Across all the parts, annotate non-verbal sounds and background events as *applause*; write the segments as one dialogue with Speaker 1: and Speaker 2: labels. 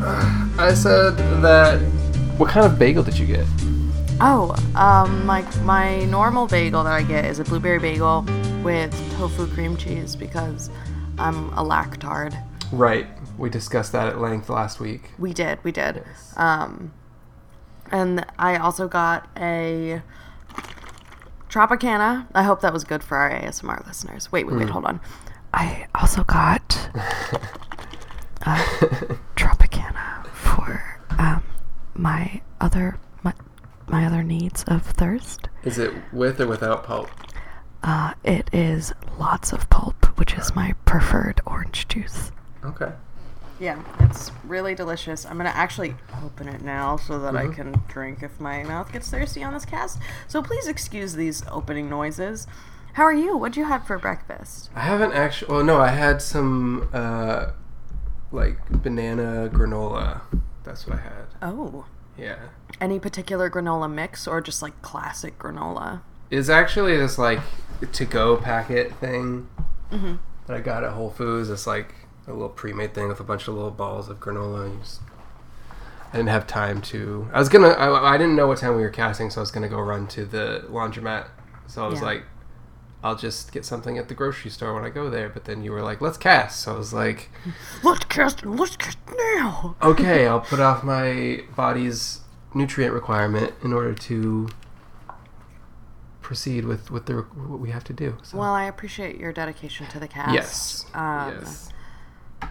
Speaker 1: I said that. What kind of bagel did you get?
Speaker 2: Oh, um, like my normal bagel that I get is a blueberry bagel with tofu cream cheese because I'm a lactard.
Speaker 1: Right. We discussed that at length last week. *laughs*
Speaker 2: We did, we did.
Speaker 1: Yes.
Speaker 2: Um, and I also got a Tropicana. I hope that was good for our ASMR listeners. Wait, wait, wait, hold on. I also got uh, Tropicana for um, my other my, my other needs of thirst.
Speaker 1: Is it with or without pulp?
Speaker 2: Uh, it is lots of pulp, which is my preferred orange juice.
Speaker 1: Okay.
Speaker 2: Yeah, it's really delicious. I'm gonna actually open it now so that I can drink if my mouth gets thirsty on this cast. So please excuse these opening noises. How are you? What'd you have for breakfast?
Speaker 1: I haven't actually. Well, no, I had some uh, like banana granola. That's what I had.
Speaker 2: Oh,
Speaker 1: Yeah.
Speaker 2: any particular granola mix or just like classic granola?
Speaker 1: It's actually this like to-go packet thing that I got at Whole Foods. It's like a little pre-made thing with a bunch of little balls of granola. And you just... I didn't have time to. I was gonna. I, I didn't know what time we were casting, so I was gonna go run to the laundromat. So I was
Speaker 2: Yeah.
Speaker 1: like, I'll just get something at the grocery store when I go there. But then you were like, let's cast. So I was like,
Speaker 2: Let's cast. Let's cast now.
Speaker 1: okay, I'll put off my body's nutrient requirement in order to proceed with with the what we have to do. So.
Speaker 2: Well, I appreciate your dedication to the cast.
Speaker 1: Yes.
Speaker 2: Um,
Speaker 1: yes.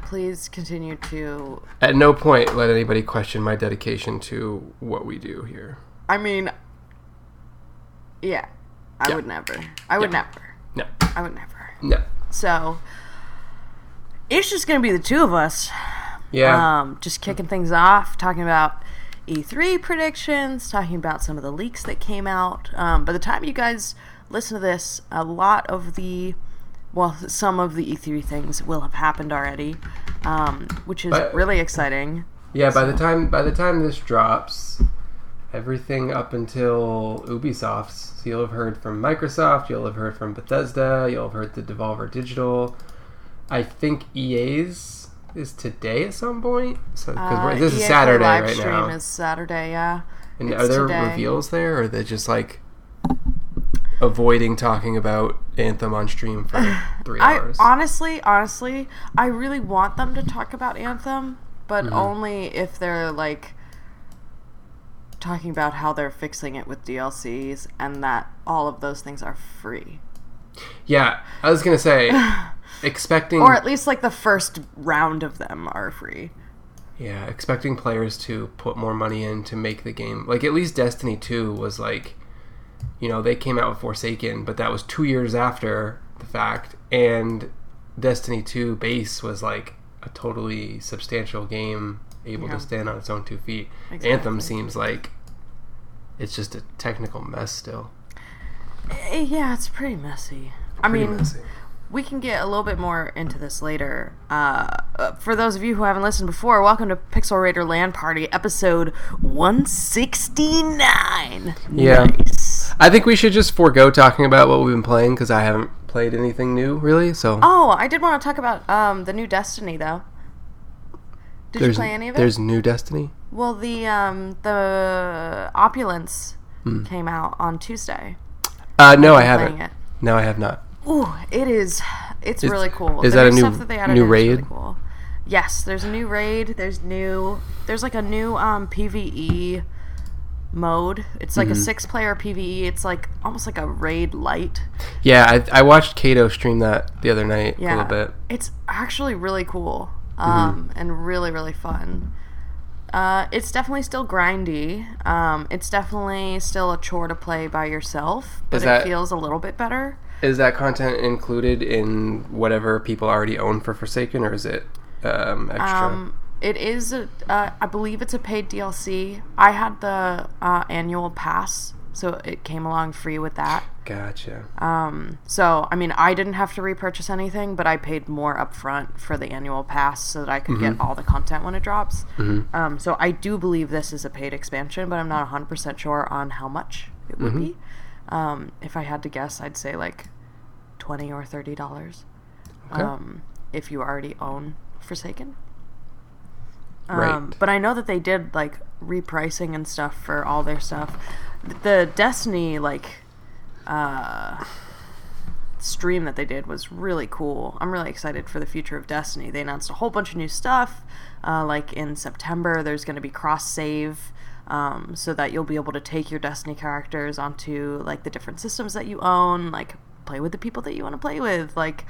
Speaker 2: Please continue to.
Speaker 1: At no point let anybody question my dedication to what we do here.
Speaker 2: I mean, yeah, I
Speaker 1: Yeah.
Speaker 2: would never. I would
Speaker 1: Yeah.
Speaker 2: never.
Speaker 1: No.
Speaker 2: I would never.
Speaker 1: No.
Speaker 2: So it's just gonna be the two of us,
Speaker 1: Yeah.
Speaker 2: um, just kicking things off, talking about E3 predictions, talking about some of the leaks that came out. Um, by the time you guys listen to this, a lot of the, well, some of the E3 things will have happened already, um, which is
Speaker 1: But-
Speaker 2: really exciting.
Speaker 1: yeah, by the time by the time this drops, everything up until Ubisoft's, so you'll have heard from Microsoft, you'll have heard from Bethesda, you'll have heard the Devolver Digital. I think EA's is today at some point. So because
Speaker 2: Uh,
Speaker 1: we're this is
Speaker 2: EA
Speaker 1: Saturday
Speaker 2: live
Speaker 1: right
Speaker 2: stream
Speaker 1: now.
Speaker 2: is Saturday, yeah.
Speaker 1: and
Speaker 2: it's
Speaker 1: are there
Speaker 2: today.
Speaker 1: reveals there, or are they just like avoiding talking about Anthem on stream for
Speaker 2: *sighs*
Speaker 1: three
Speaker 2: I
Speaker 1: hours?
Speaker 2: honestly, honestly, I really want them to talk about Anthem, but
Speaker 1: Mm-hmm.
Speaker 2: only if they're like talking about how they're fixing it with DLCs and that all of those things are free.
Speaker 1: Yeah, I was gonna
Speaker 2: *laughs*
Speaker 1: say, expecting
Speaker 2: Or at least like the first round of them are free.
Speaker 1: yeah, expecting players to put more money in to make the game. Like at least Destiny Two was like, you know, they came out with Forsaken, but that was two years after the fact, and Destiny Two Base was like a totally substantial game, able
Speaker 2: Yeah.
Speaker 1: to stand on its own two feet.
Speaker 2: Exactly.
Speaker 1: Anthem seems like it's just a technical mess still.
Speaker 2: Eh, Yeah, it's pretty messy. I
Speaker 1: Pretty
Speaker 2: mean,
Speaker 1: messy.
Speaker 2: we can get a little bit more into this later. Uh, uh, for those of you who haven't listened before, welcome to Pixel Raider Land Party, episode 169.
Speaker 1: Yeah.
Speaker 2: Nice.
Speaker 1: I think we should just forego talking about what we've been playing because I haven't played anything new really. So
Speaker 2: Oh, I did want to talk about um, the new Destiny though. Did you play any of it?
Speaker 1: There's new Destiny.
Speaker 2: Well, the um, the opulence
Speaker 1: Hmm.
Speaker 2: came out on Tuesday.
Speaker 1: Uh, no, I haven't.
Speaker 2: Playing it.
Speaker 1: No, I have not.
Speaker 2: Ooh, it is. It's really cool.
Speaker 1: is
Speaker 2: The
Speaker 1: that a
Speaker 2: stuff
Speaker 1: new-
Speaker 2: that they added
Speaker 1: new
Speaker 2: in is really
Speaker 1: raid?
Speaker 2: cool. Yes, there's a new raid. There's new. There's like a new um, PVE mode. It's
Speaker 1: Mm-hmm.
Speaker 2: like a six-player PVE. E, It's like almost like a raid light.
Speaker 1: Yeah, I, I watched Kato stream that the other night
Speaker 2: Yeah,
Speaker 1: a little bit. Mm-hmm.
Speaker 2: It's actually really cool um, and really really fun. Uh, it's definitely still grindy. Um, it's definitely still a chore to play by yourself, but
Speaker 1: Is that-
Speaker 2: it feels a little bit better.
Speaker 1: Is that content included in whatever people already own for Forsaken, or is it um, extra?
Speaker 2: Um, it is, a, uh, I believe it's a paid DLC. I had the uh, annual pass, so it came along free with that.
Speaker 1: gotcha.
Speaker 2: um, So, I mean, I didn't have to repurchase anything, but I paid more upfront for the annual pass so that I could get all the content when it drops. Um, so, I do believe this is a paid expansion, but I'm not 100% sure on how much it would be. Um, if I had to guess, I'd say like 20 or um, $30
Speaker 1: Okay.
Speaker 2: um, if you already own Forsaken. Um,
Speaker 1: Right.
Speaker 2: But I know that they did like repricing and stuff for all their stuff. The Destiny like uh, stream that they did was really cool. I'm really excited for the future of Destiny. They announced a whole bunch of new stuff. Uh, like in September, there's going to be cross save. Um, so that you'll be able to take your Destiny characters onto like the different systems that you own, like play with the people that you want to play with, like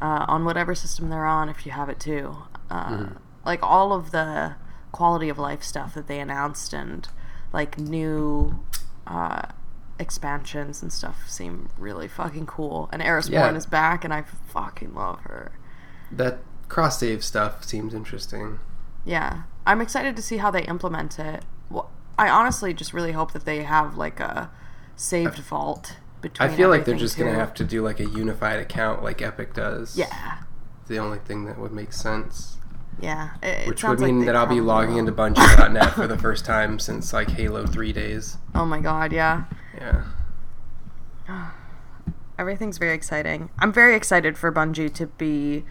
Speaker 2: uh, on whatever system they're on if you have it too. Uh, Like all of the quality of life stuff that they announced and like new uh, expansions and stuff seem really fucking cool. And Eris
Speaker 1: Yeah.
Speaker 2: Morn is back, and I fucking love her.
Speaker 1: That cross save stuff seems interesting.
Speaker 2: Yeah, I'm excited to see how they implement it. Well, I honestly just really hope that they have like a saved vault
Speaker 1: I
Speaker 2: between.
Speaker 1: feel like they're
Speaker 2: everything,
Speaker 1: just going
Speaker 2: too.
Speaker 1: to have to do like a unified account like Epic does.
Speaker 2: Yeah,
Speaker 1: The only thing that would make sense.
Speaker 2: yeah. It, it
Speaker 1: Which would
Speaker 2: sounds
Speaker 1: mean
Speaker 2: like they
Speaker 1: that I'll be
Speaker 2: probably
Speaker 1: logging
Speaker 2: will.
Speaker 1: into Bungie.net
Speaker 2: *laughs*
Speaker 1: for the first time since like Halo 3 days.
Speaker 2: Oh my god, yeah.
Speaker 1: Yeah.
Speaker 2: Everything's very exciting. I'm very excited for Bungie to be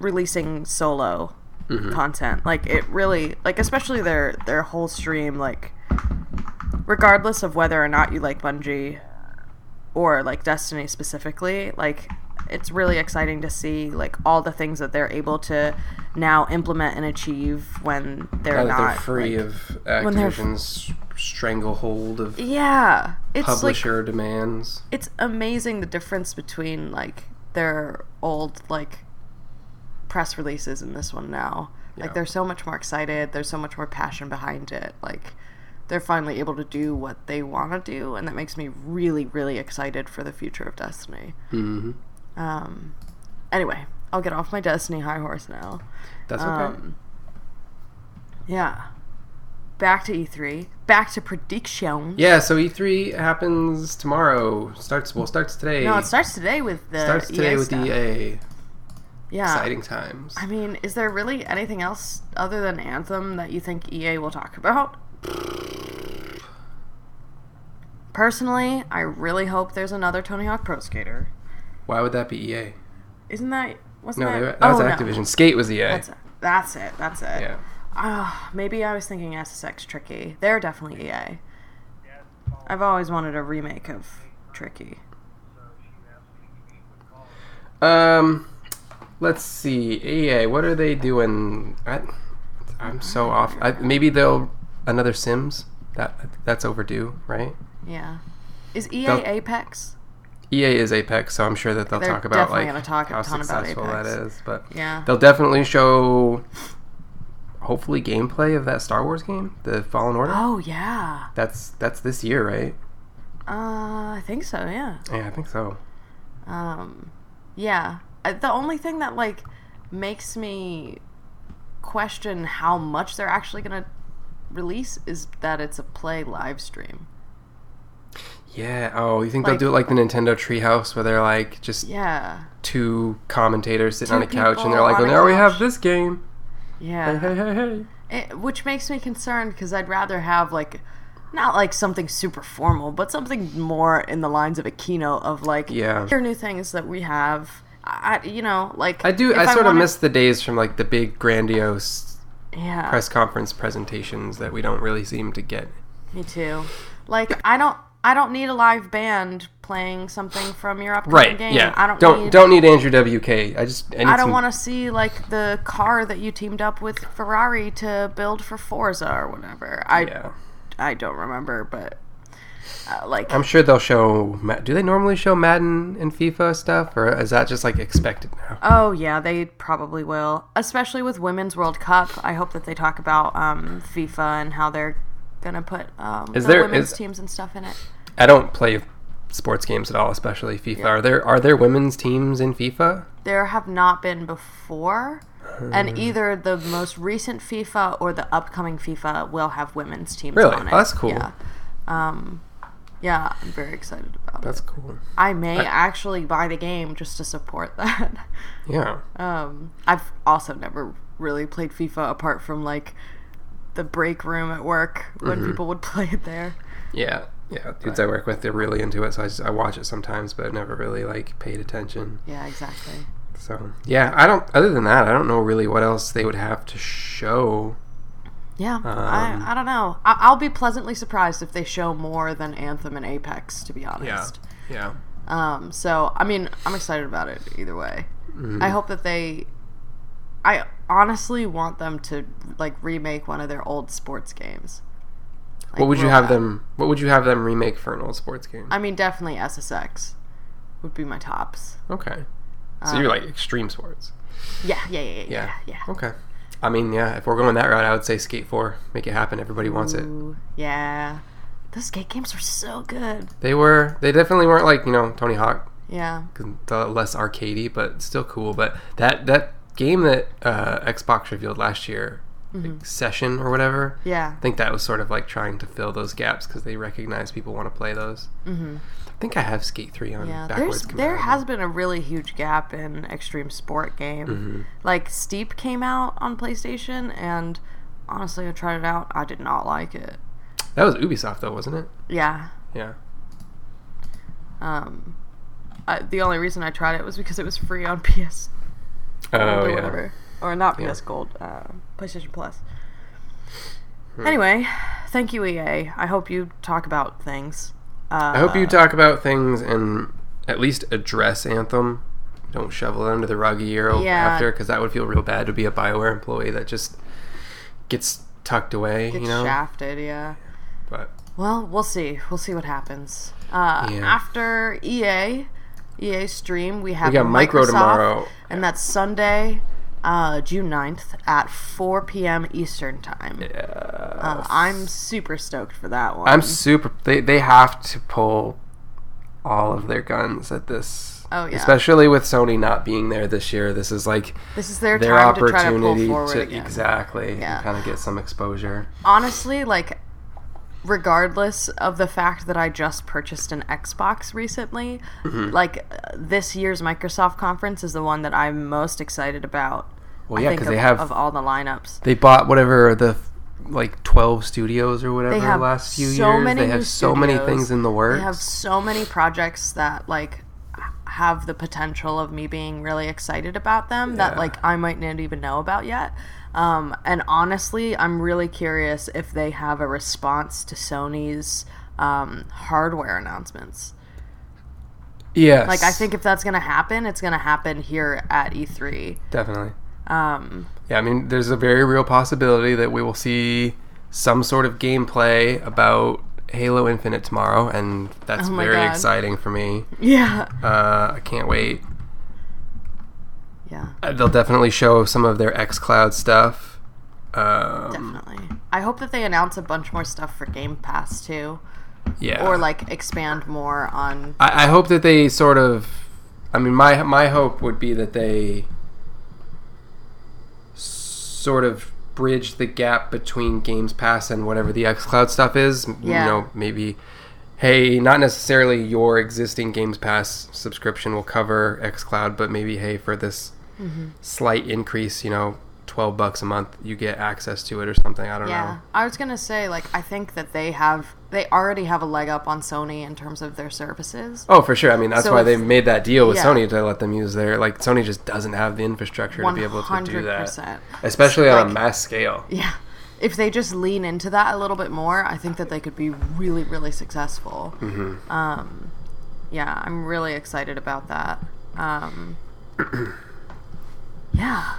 Speaker 2: releasing solo
Speaker 1: Mm-hmm.
Speaker 2: content. Like it really like especially their their whole stream like regardless of whether or not you like Bungie or like Destiny specifically, like it's really exciting to see like all the things that they're able to now implement and achieve when they're
Speaker 1: Now that
Speaker 2: not
Speaker 1: they're free
Speaker 2: like-
Speaker 1: of
Speaker 2: they're-
Speaker 1: Activision's stranglehold of
Speaker 2: yeah, it's like
Speaker 1: publisher demands.
Speaker 2: it's amazing the difference between like their old like press releases and this one now.
Speaker 1: Yeah.
Speaker 2: Like they're so much more excited. There's so much more passion behind it. Like they're finally able to do what they want to do, and that makes me really, really excited for the future of Destiny.
Speaker 1: hmm
Speaker 2: Um, anyway, I'll get off my Destiny high horse now.
Speaker 1: That's okay.
Speaker 2: Um, yeah. Back to E3. Back to prediction.
Speaker 1: yeah, so E3 happens tomorrow. Starts well, starts today.
Speaker 2: No, it starts today with the
Speaker 1: starts today
Speaker 2: EA
Speaker 1: with E
Speaker 2: stuff.
Speaker 1: EA.
Speaker 2: Yeah.
Speaker 1: Exciting times.
Speaker 2: I mean, is there really anything else other than Anthem that you think EA will talk about? Personally, I really hope there's another Tony Hawk Pro Skater.
Speaker 1: Why would that be EA?
Speaker 2: Isn't that wasn't
Speaker 1: No,
Speaker 2: that?
Speaker 1: they, that was
Speaker 2: oh,
Speaker 1: Activision. Skate was EA.
Speaker 2: No. That's it. That's it. That's it.
Speaker 1: yeah.
Speaker 2: Ah, maybe I was thinking SSX Tricky. They're definitely EA. I've always wanted a remake of Tricky.
Speaker 1: Um, let's see. EA, what are they doing? I, I'm so off. I, maybe they'll another Sims. That that's overdue, right?
Speaker 2: Yeah. Is EA
Speaker 1: Don't-
Speaker 2: Apex?
Speaker 1: EA E is Apex, so I'm sure that they'll
Speaker 2: They're
Speaker 1: talk about
Speaker 2: definitely
Speaker 1: like
Speaker 2: gonna talk a
Speaker 1: how
Speaker 2: ton about
Speaker 1: successful
Speaker 2: Apex.
Speaker 1: that is. But
Speaker 2: Yeah.
Speaker 1: they'll definitely show, hopefully, gameplay of that Star Wars game, the Fallen Order.
Speaker 2: Oh yeah.
Speaker 1: That's that's this year, right?
Speaker 2: Uh, I think so. Yeah.
Speaker 1: Yeah, I think so.
Speaker 2: Um, yeah. I- The only thing that like makes me question how much they're actually gonna release is that it's a play live stream.
Speaker 1: Yeah. Oh, you think
Speaker 2: Like-
Speaker 1: they'll do it like the Nintendo Treehouse, where they're like just
Speaker 2: Yeah.
Speaker 1: two commentators sitting
Speaker 2: Two
Speaker 1: on a couch, and
Speaker 2: people
Speaker 1: they're like,
Speaker 2: on
Speaker 1: "Well,
Speaker 2: a
Speaker 1: now we have
Speaker 2: couch."
Speaker 1: this game." Hey,
Speaker 2: Yeah.
Speaker 1: hey, hey, hey.
Speaker 2: It, which makes me concerned because I'd rather have like. Not like something super formal, but something more in the lines of a keynote of like,
Speaker 1: Yeah.
Speaker 2: here are new things that we have. I, I- you know, like
Speaker 1: I do.
Speaker 2: if
Speaker 1: I sort of
Speaker 2: wanted-
Speaker 1: miss the days from like the big grandiose
Speaker 2: yeah.
Speaker 1: press conference presentations that we don't really seem to get.
Speaker 2: Me too. Like I don't I don't need a live band playing something from your upcoming
Speaker 1: Right.
Speaker 2: game.
Speaker 1: Yeah.
Speaker 2: I don't
Speaker 1: don't
Speaker 2: need,
Speaker 1: don't need Andrew WK. I just I, need
Speaker 2: I don't
Speaker 1: some-
Speaker 2: want to see like the car that you teamed up with Ferrari to build for Forza or whatever. I
Speaker 1: Yeah.
Speaker 2: I don't remember, but uh, like
Speaker 1: I'm sure they'll show. Ma- Do they normally show Madden and FIFA stuff, or is that just like expected now?
Speaker 2: oh yeah, they probably will, especially with Women's World Cup. I hope that they talk about um, FIFA and how they're gonna put um,
Speaker 1: Is
Speaker 2: the
Speaker 1: there-
Speaker 2: women's
Speaker 1: is-
Speaker 2: teams and stuff in it.
Speaker 1: I don't play sports games at all, especially FIFA. Are there are there women's teams in FIFA?
Speaker 2: there have not been before.
Speaker 1: Hmm.
Speaker 2: And either the most recent FIFA or the upcoming FIFA will have women's teams
Speaker 1: Really?
Speaker 2: on it.
Speaker 1: Oh, that's cool.
Speaker 2: Yeah. Um, yeah, I'm very excited about
Speaker 1: That's
Speaker 2: it.
Speaker 1: cool.
Speaker 2: I may actually buy the game just to support *laughs* that.
Speaker 1: Yeah.
Speaker 2: Um, I've also never really played FIFA apart from like the break room at work when
Speaker 1: Mm-hmm.
Speaker 2: people would *laughs* play it there.
Speaker 1: Yeah. Yeah. Dudes I work with, they're really into it, so I, just, I watch it sometimes, but never really like paid attention.
Speaker 2: Yeah, exactly.
Speaker 1: So yeah, I don't. Other than that, I don't know really what else they would have to show.
Speaker 2: Yeah,
Speaker 1: Um,
Speaker 2: I, I don't know. I, I'll be pleasantly surprised if they show more than Anthem and Apex, to be
Speaker 1: Yeah.
Speaker 2: honest.
Speaker 1: Yeah.
Speaker 2: Um, so I mean, I'm excited about it either way.
Speaker 1: Mm-hmm.
Speaker 2: I hope that they. I honestly want them to like remake one of their old sports games. Like,
Speaker 1: What would you
Speaker 2: roll
Speaker 1: have
Speaker 2: out-
Speaker 1: them? What would you have them remake for an old sports game?
Speaker 2: I mean, definitely SSX would be my tops.
Speaker 1: Okay. So you're like extreme sports.
Speaker 2: Yeah, yeah, yeah, yeah, yeah.
Speaker 1: Yeah.
Speaker 2: yeah.
Speaker 1: Okay. I mean, yeah. If we're going that route, I would say Skate Four. Make it happen. Everybody wants it.
Speaker 2: Ooh, yeah. Those skate games were so good.
Speaker 1: They were. They definitely weren't like you know Tony Hawk,
Speaker 2: Yeah.
Speaker 1: 'cause the less arcadey, but still cool. But that that game that uh, Xbox revealed last year, like Session or whatever.
Speaker 2: Yeah.
Speaker 1: I think that was sort of like trying to fill those gaps because they recognize people want to play those. Mm-hmm. I think I have Skate Three on
Speaker 2: Yeah,
Speaker 1: backwards.
Speaker 2: there's there
Speaker 1: compatible.
Speaker 2: has been a really huge gap in extreme sport game.
Speaker 1: Mm-hmm.
Speaker 2: Like Steep came out on PlayStation, and honestly, I tried it out. I did not like it.
Speaker 1: that was Ubisoft though, wasn't it?
Speaker 2: Yeah,
Speaker 1: Yeah.
Speaker 2: um, I, the only reason I tried it was because it was free on *laughs* PS
Speaker 1: Oh
Speaker 2: or
Speaker 1: yeah.
Speaker 2: whatever, or not PS Gold, uh, PlayStation Plus.
Speaker 1: Hmm.
Speaker 2: Anyway, thank you EA. I hope you talk about things. Uh,
Speaker 1: I hope you talk about things and at least address Anthem. Don't shovel it under the rug a year o-
Speaker 2: Yeah.
Speaker 1: after because that would feel real bad to be a Bioware employee that just gets tucked away,
Speaker 2: get
Speaker 1: you know.
Speaker 2: shafted, yeah.
Speaker 1: But
Speaker 2: Well, we'll see. We'll see what happens. Uh,
Speaker 1: Yeah.
Speaker 2: After E EA, EA stream, we have
Speaker 1: we got micro
Speaker 2: Microsoft,
Speaker 1: tomorrow.
Speaker 2: and that's Sunday, uh, June 9th at 4 p.m. Eastern time. Uh, I'm super stoked for that one.
Speaker 1: I'm super. They they have to pull all of their guns at this.
Speaker 2: Oh, yeah.
Speaker 1: Especially with Sony not being there this year, this is like
Speaker 2: this is their,
Speaker 1: their
Speaker 2: time to try to pull
Speaker 1: opportunity
Speaker 2: forward
Speaker 1: to,
Speaker 2: again.
Speaker 1: exactly
Speaker 2: Yeah.
Speaker 1: kind of get some exposure.
Speaker 2: Honestly, like regardless of the fact that I just purchased an Xbox recently,
Speaker 1: Mm-hmm.
Speaker 2: like uh, this year's Microsoft conference is the one that I'm most excited about.
Speaker 1: Well,
Speaker 2: I
Speaker 1: yeah,
Speaker 2: think
Speaker 1: because
Speaker 2: of-
Speaker 1: they have
Speaker 2: of all the lineups.
Speaker 1: they bought whatever the like 12 studios or whatever
Speaker 2: have
Speaker 1: last few
Speaker 2: so
Speaker 1: years
Speaker 2: many
Speaker 1: they
Speaker 2: new
Speaker 1: have so many
Speaker 2: studios.
Speaker 1: things in the works
Speaker 2: They have so many projects that like h- have the potential of me being really excited about them that
Speaker 1: Yeah.
Speaker 2: like I might not even know about yet. Um, and honestly, I'm really curious if they have a response to Sony's um, hardware announcements.
Speaker 1: yes
Speaker 2: Like, I think if that's gonna happen, it's gonna happen here at E E3.
Speaker 1: definitely um yeah i mean there's a very real possibility that we will see some sort of gameplay about halo infinite tomorrow and that's
Speaker 2: Oh my
Speaker 1: very
Speaker 2: God.
Speaker 1: exciting for
Speaker 2: *laughs*
Speaker 1: me
Speaker 2: Yeah,
Speaker 1: uh i can't wait
Speaker 2: yeah,
Speaker 1: Uh, they'll definitely show some of their x cloud stuff um
Speaker 2: definitely. I hope that they announce a bunch more stuff for Game Pass too,
Speaker 1: yeah
Speaker 2: or like expand more on.
Speaker 1: I, I hope that they sort of. I mean, my my hope would be that they sort of bridge the gap between Games Pass and whatever the XCloud stuff is. M-
Speaker 2: Yeah.
Speaker 1: You know, maybe. Hey, not necessarily your existing Games Pass subscription will cover XCloud, but maybe hey, for this
Speaker 2: Mm-hmm.
Speaker 1: slight increase, you know, twelve bucks a month, you get access to it or something. I don't
Speaker 2: Yeah, I was gonna say like I think that they have they already have a leg up on Sony in terms of their services.
Speaker 1: know. Oh, for sure. I mean, that's
Speaker 2: So
Speaker 1: why
Speaker 2: if-
Speaker 1: they made that deal with
Speaker 2: yeah.
Speaker 1: Sony to let them use their like. Sony just doesn't have the infrastructure to be able to do that.
Speaker 2: 100%.
Speaker 1: especially on a
Speaker 2: Like-
Speaker 1: mass scale.
Speaker 2: Yeah, if they just lean into that a little bit more, I think that they could be really really successful. Um,
Speaker 1: Mm-hmm.
Speaker 2: yeah, I'm really excited about that.
Speaker 1: *clears throat*
Speaker 2: Um, yeah,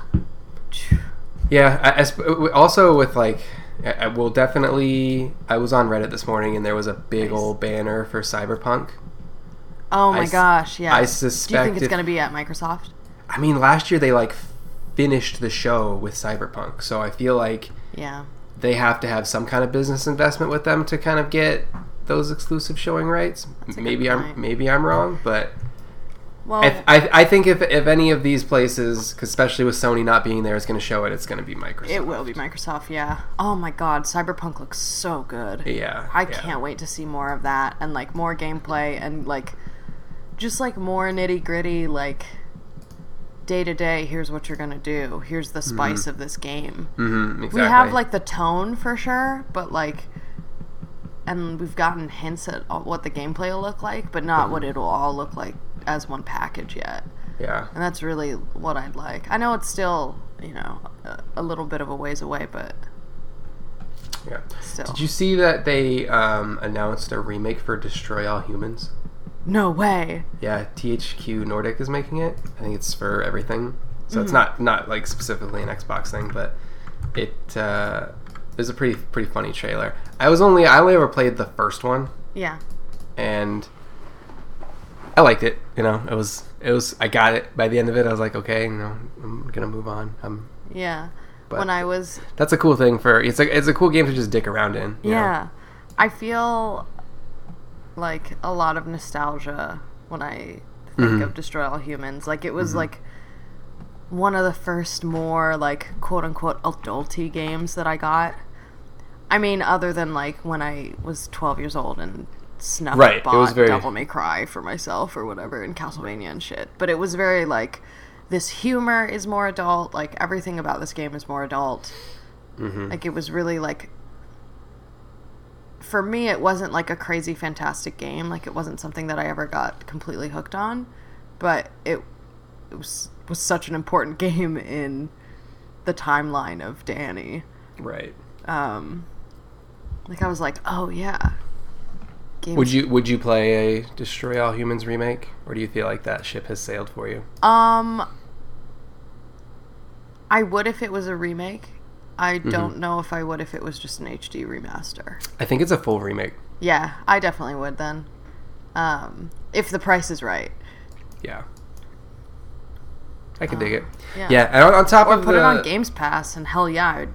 Speaker 1: Yeah. I- I, sp- also, with like, I, I will definitely. I was on Reddit this morning, and there was a big old banner for Cyberpunk.
Speaker 2: Oh my
Speaker 1: s-
Speaker 2: gosh, yeah.
Speaker 1: I
Speaker 2: Do you
Speaker 1: suspect
Speaker 2: think it's
Speaker 1: if-
Speaker 2: going to be at Microsoft?
Speaker 1: I mean, last year they like finished the show with Cyberpunk, so I feel like
Speaker 2: Yeah.
Speaker 1: they have to have some kind of business investment with them to kind of get those exclusive showing rights.
Speaker 2: a good
Speaker 1: Maybe I'm
Speaker 2: point.
Speaker 1: maybe I'm wrong, but.
Speaker 2: Well,
Speaker 1: I, I, I think if, if any of these places, 'cause especially with Sony not being there, is going to show it, it's going to be Microsoft.
Speaker 2: it will be Microsoft, yeah. Oh my god, Cyberpunk looks so good.
Speaker 1: yeah.
Speaker 2: I
Speaker 1: yeah.
Speaker 2: can't wait to see more of that and like more gameplay and like just like more nitty gritty, like day to day, here's what you're going to do, here's the spice of this game.
Speaker 1: Mhm, Mm-hmm. exactly.
Speaker 2: We have like the tone for sure, but like. And we've gotten hints at all- what the gameplay will look like, but not what it'll all look like as one package yet.
Speaker 1: Yeah.
Speaker 2: and that's really what I'd like. I know it's still, you know, a, a little bit of a ways away, but
Speaker 1: Yeah.
Speaker 2: Still.
Speaker 1: Did you see that they um, announced a remake for Destroy All Humans?
Speaker 2: No way.
Speaker 1: Yeah, THQ Nordic is making it. I think it's for everything. So
Speaker 2: Mm-hmm.
Speaker 1: it's not not like specifically an Xbox thing, but it uh, is a pretty pretty funny trailer. I was only I only ever played the first one,
Speaker 2: Yeah.
Speaker 1: and I liked it. You know, it was it was I got it by the end of it. I was like, okay, you know, I'm gonna move on. I'm,
Speaker 2: Yeah.
Speaker 1: But-
Speaker 2: when I was
Speaker 1: that's a cool thing for it's a it's a cool game to just dick around in. you know?
Speaker 2: Yeah. I feel like a lot of nostalgia when I think
Speaker 1: Mm-hmm.
Speaker 2: of Destroy All Humans. Like it was like one of the first more like quote unquote adulty games that I got. I mean, other than like when I was twelve years old and snuck
Speaker 1: Right, it
Speaker 2: bought
Speaker 1: was very-
Speaker 2: Devil May Cry for myself or whatever in Castlevania and shit. But it was very like this humor is more adult, like everything about this game is more adult.
Speaker 1: Mm-hmm.
Speaker 2: Like it was really like for me it wasn't like a crazy fantastic game like it wasn't something that i ever got completely hooked on but it, it was, was such an important *laughs* game in the timeline of danny Um,
Speaker 1: Right.
Speaker 2: like i was like oh yeah games.
Speaker 1: Would you would you play a Destroy All Humans remake, or do you feel like that ship has sailed for you?
Speaker 2: um i would if it was a remake i
Speaker 1: Mm-hmm.
Speaker 2: don't know if i would if it was just an hd remaster
Speaker 1: I think it's a full remake.
Speaker 2: yeah i definitely would then um if the price is right
Speaker 1: Yeah. I can dig it.
Speaker 2: Oh, yeah.
Speaker 1: Yeah. and on, on top
Speaker 2: or
Speaker 1: of
Speaker 2: put
Speaker 1: the, Hmm.
Speaker 2: it on Games Pass, and hell yeah, I'd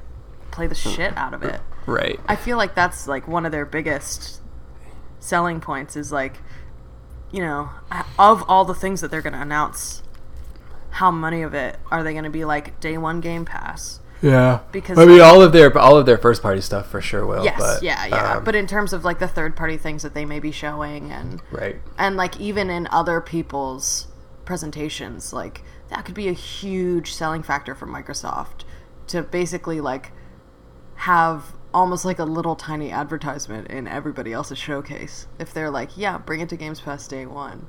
Speaker 2: play the shit out of it.
Speaker 1: Right.
Speaker 2: I feel like that's like one of their biggest selling points is like, you know, of all the things that they're going to announce, how many of it are they going to be like day one Game Pass?
Speaker 1: Yeah.
Speaker 2: Because-
Speaker 1: I mean, all of their all of their first party stuff for sure will.
Speaker 2: Yes,
Speaker 1: Oh, but,
Speaker 2: yeah, yeah.
Speaker 1: um,
Speaker 2: but in terms of like the third party things that they may be showing and
Speaker 1: right.
Speaker 2: and like even in other people's presentations like that could be a huge selling factor for microsoft to basically like have almost like a little tiny advertisement in everybody else's showcase if they're like yeah bring it to games pass day one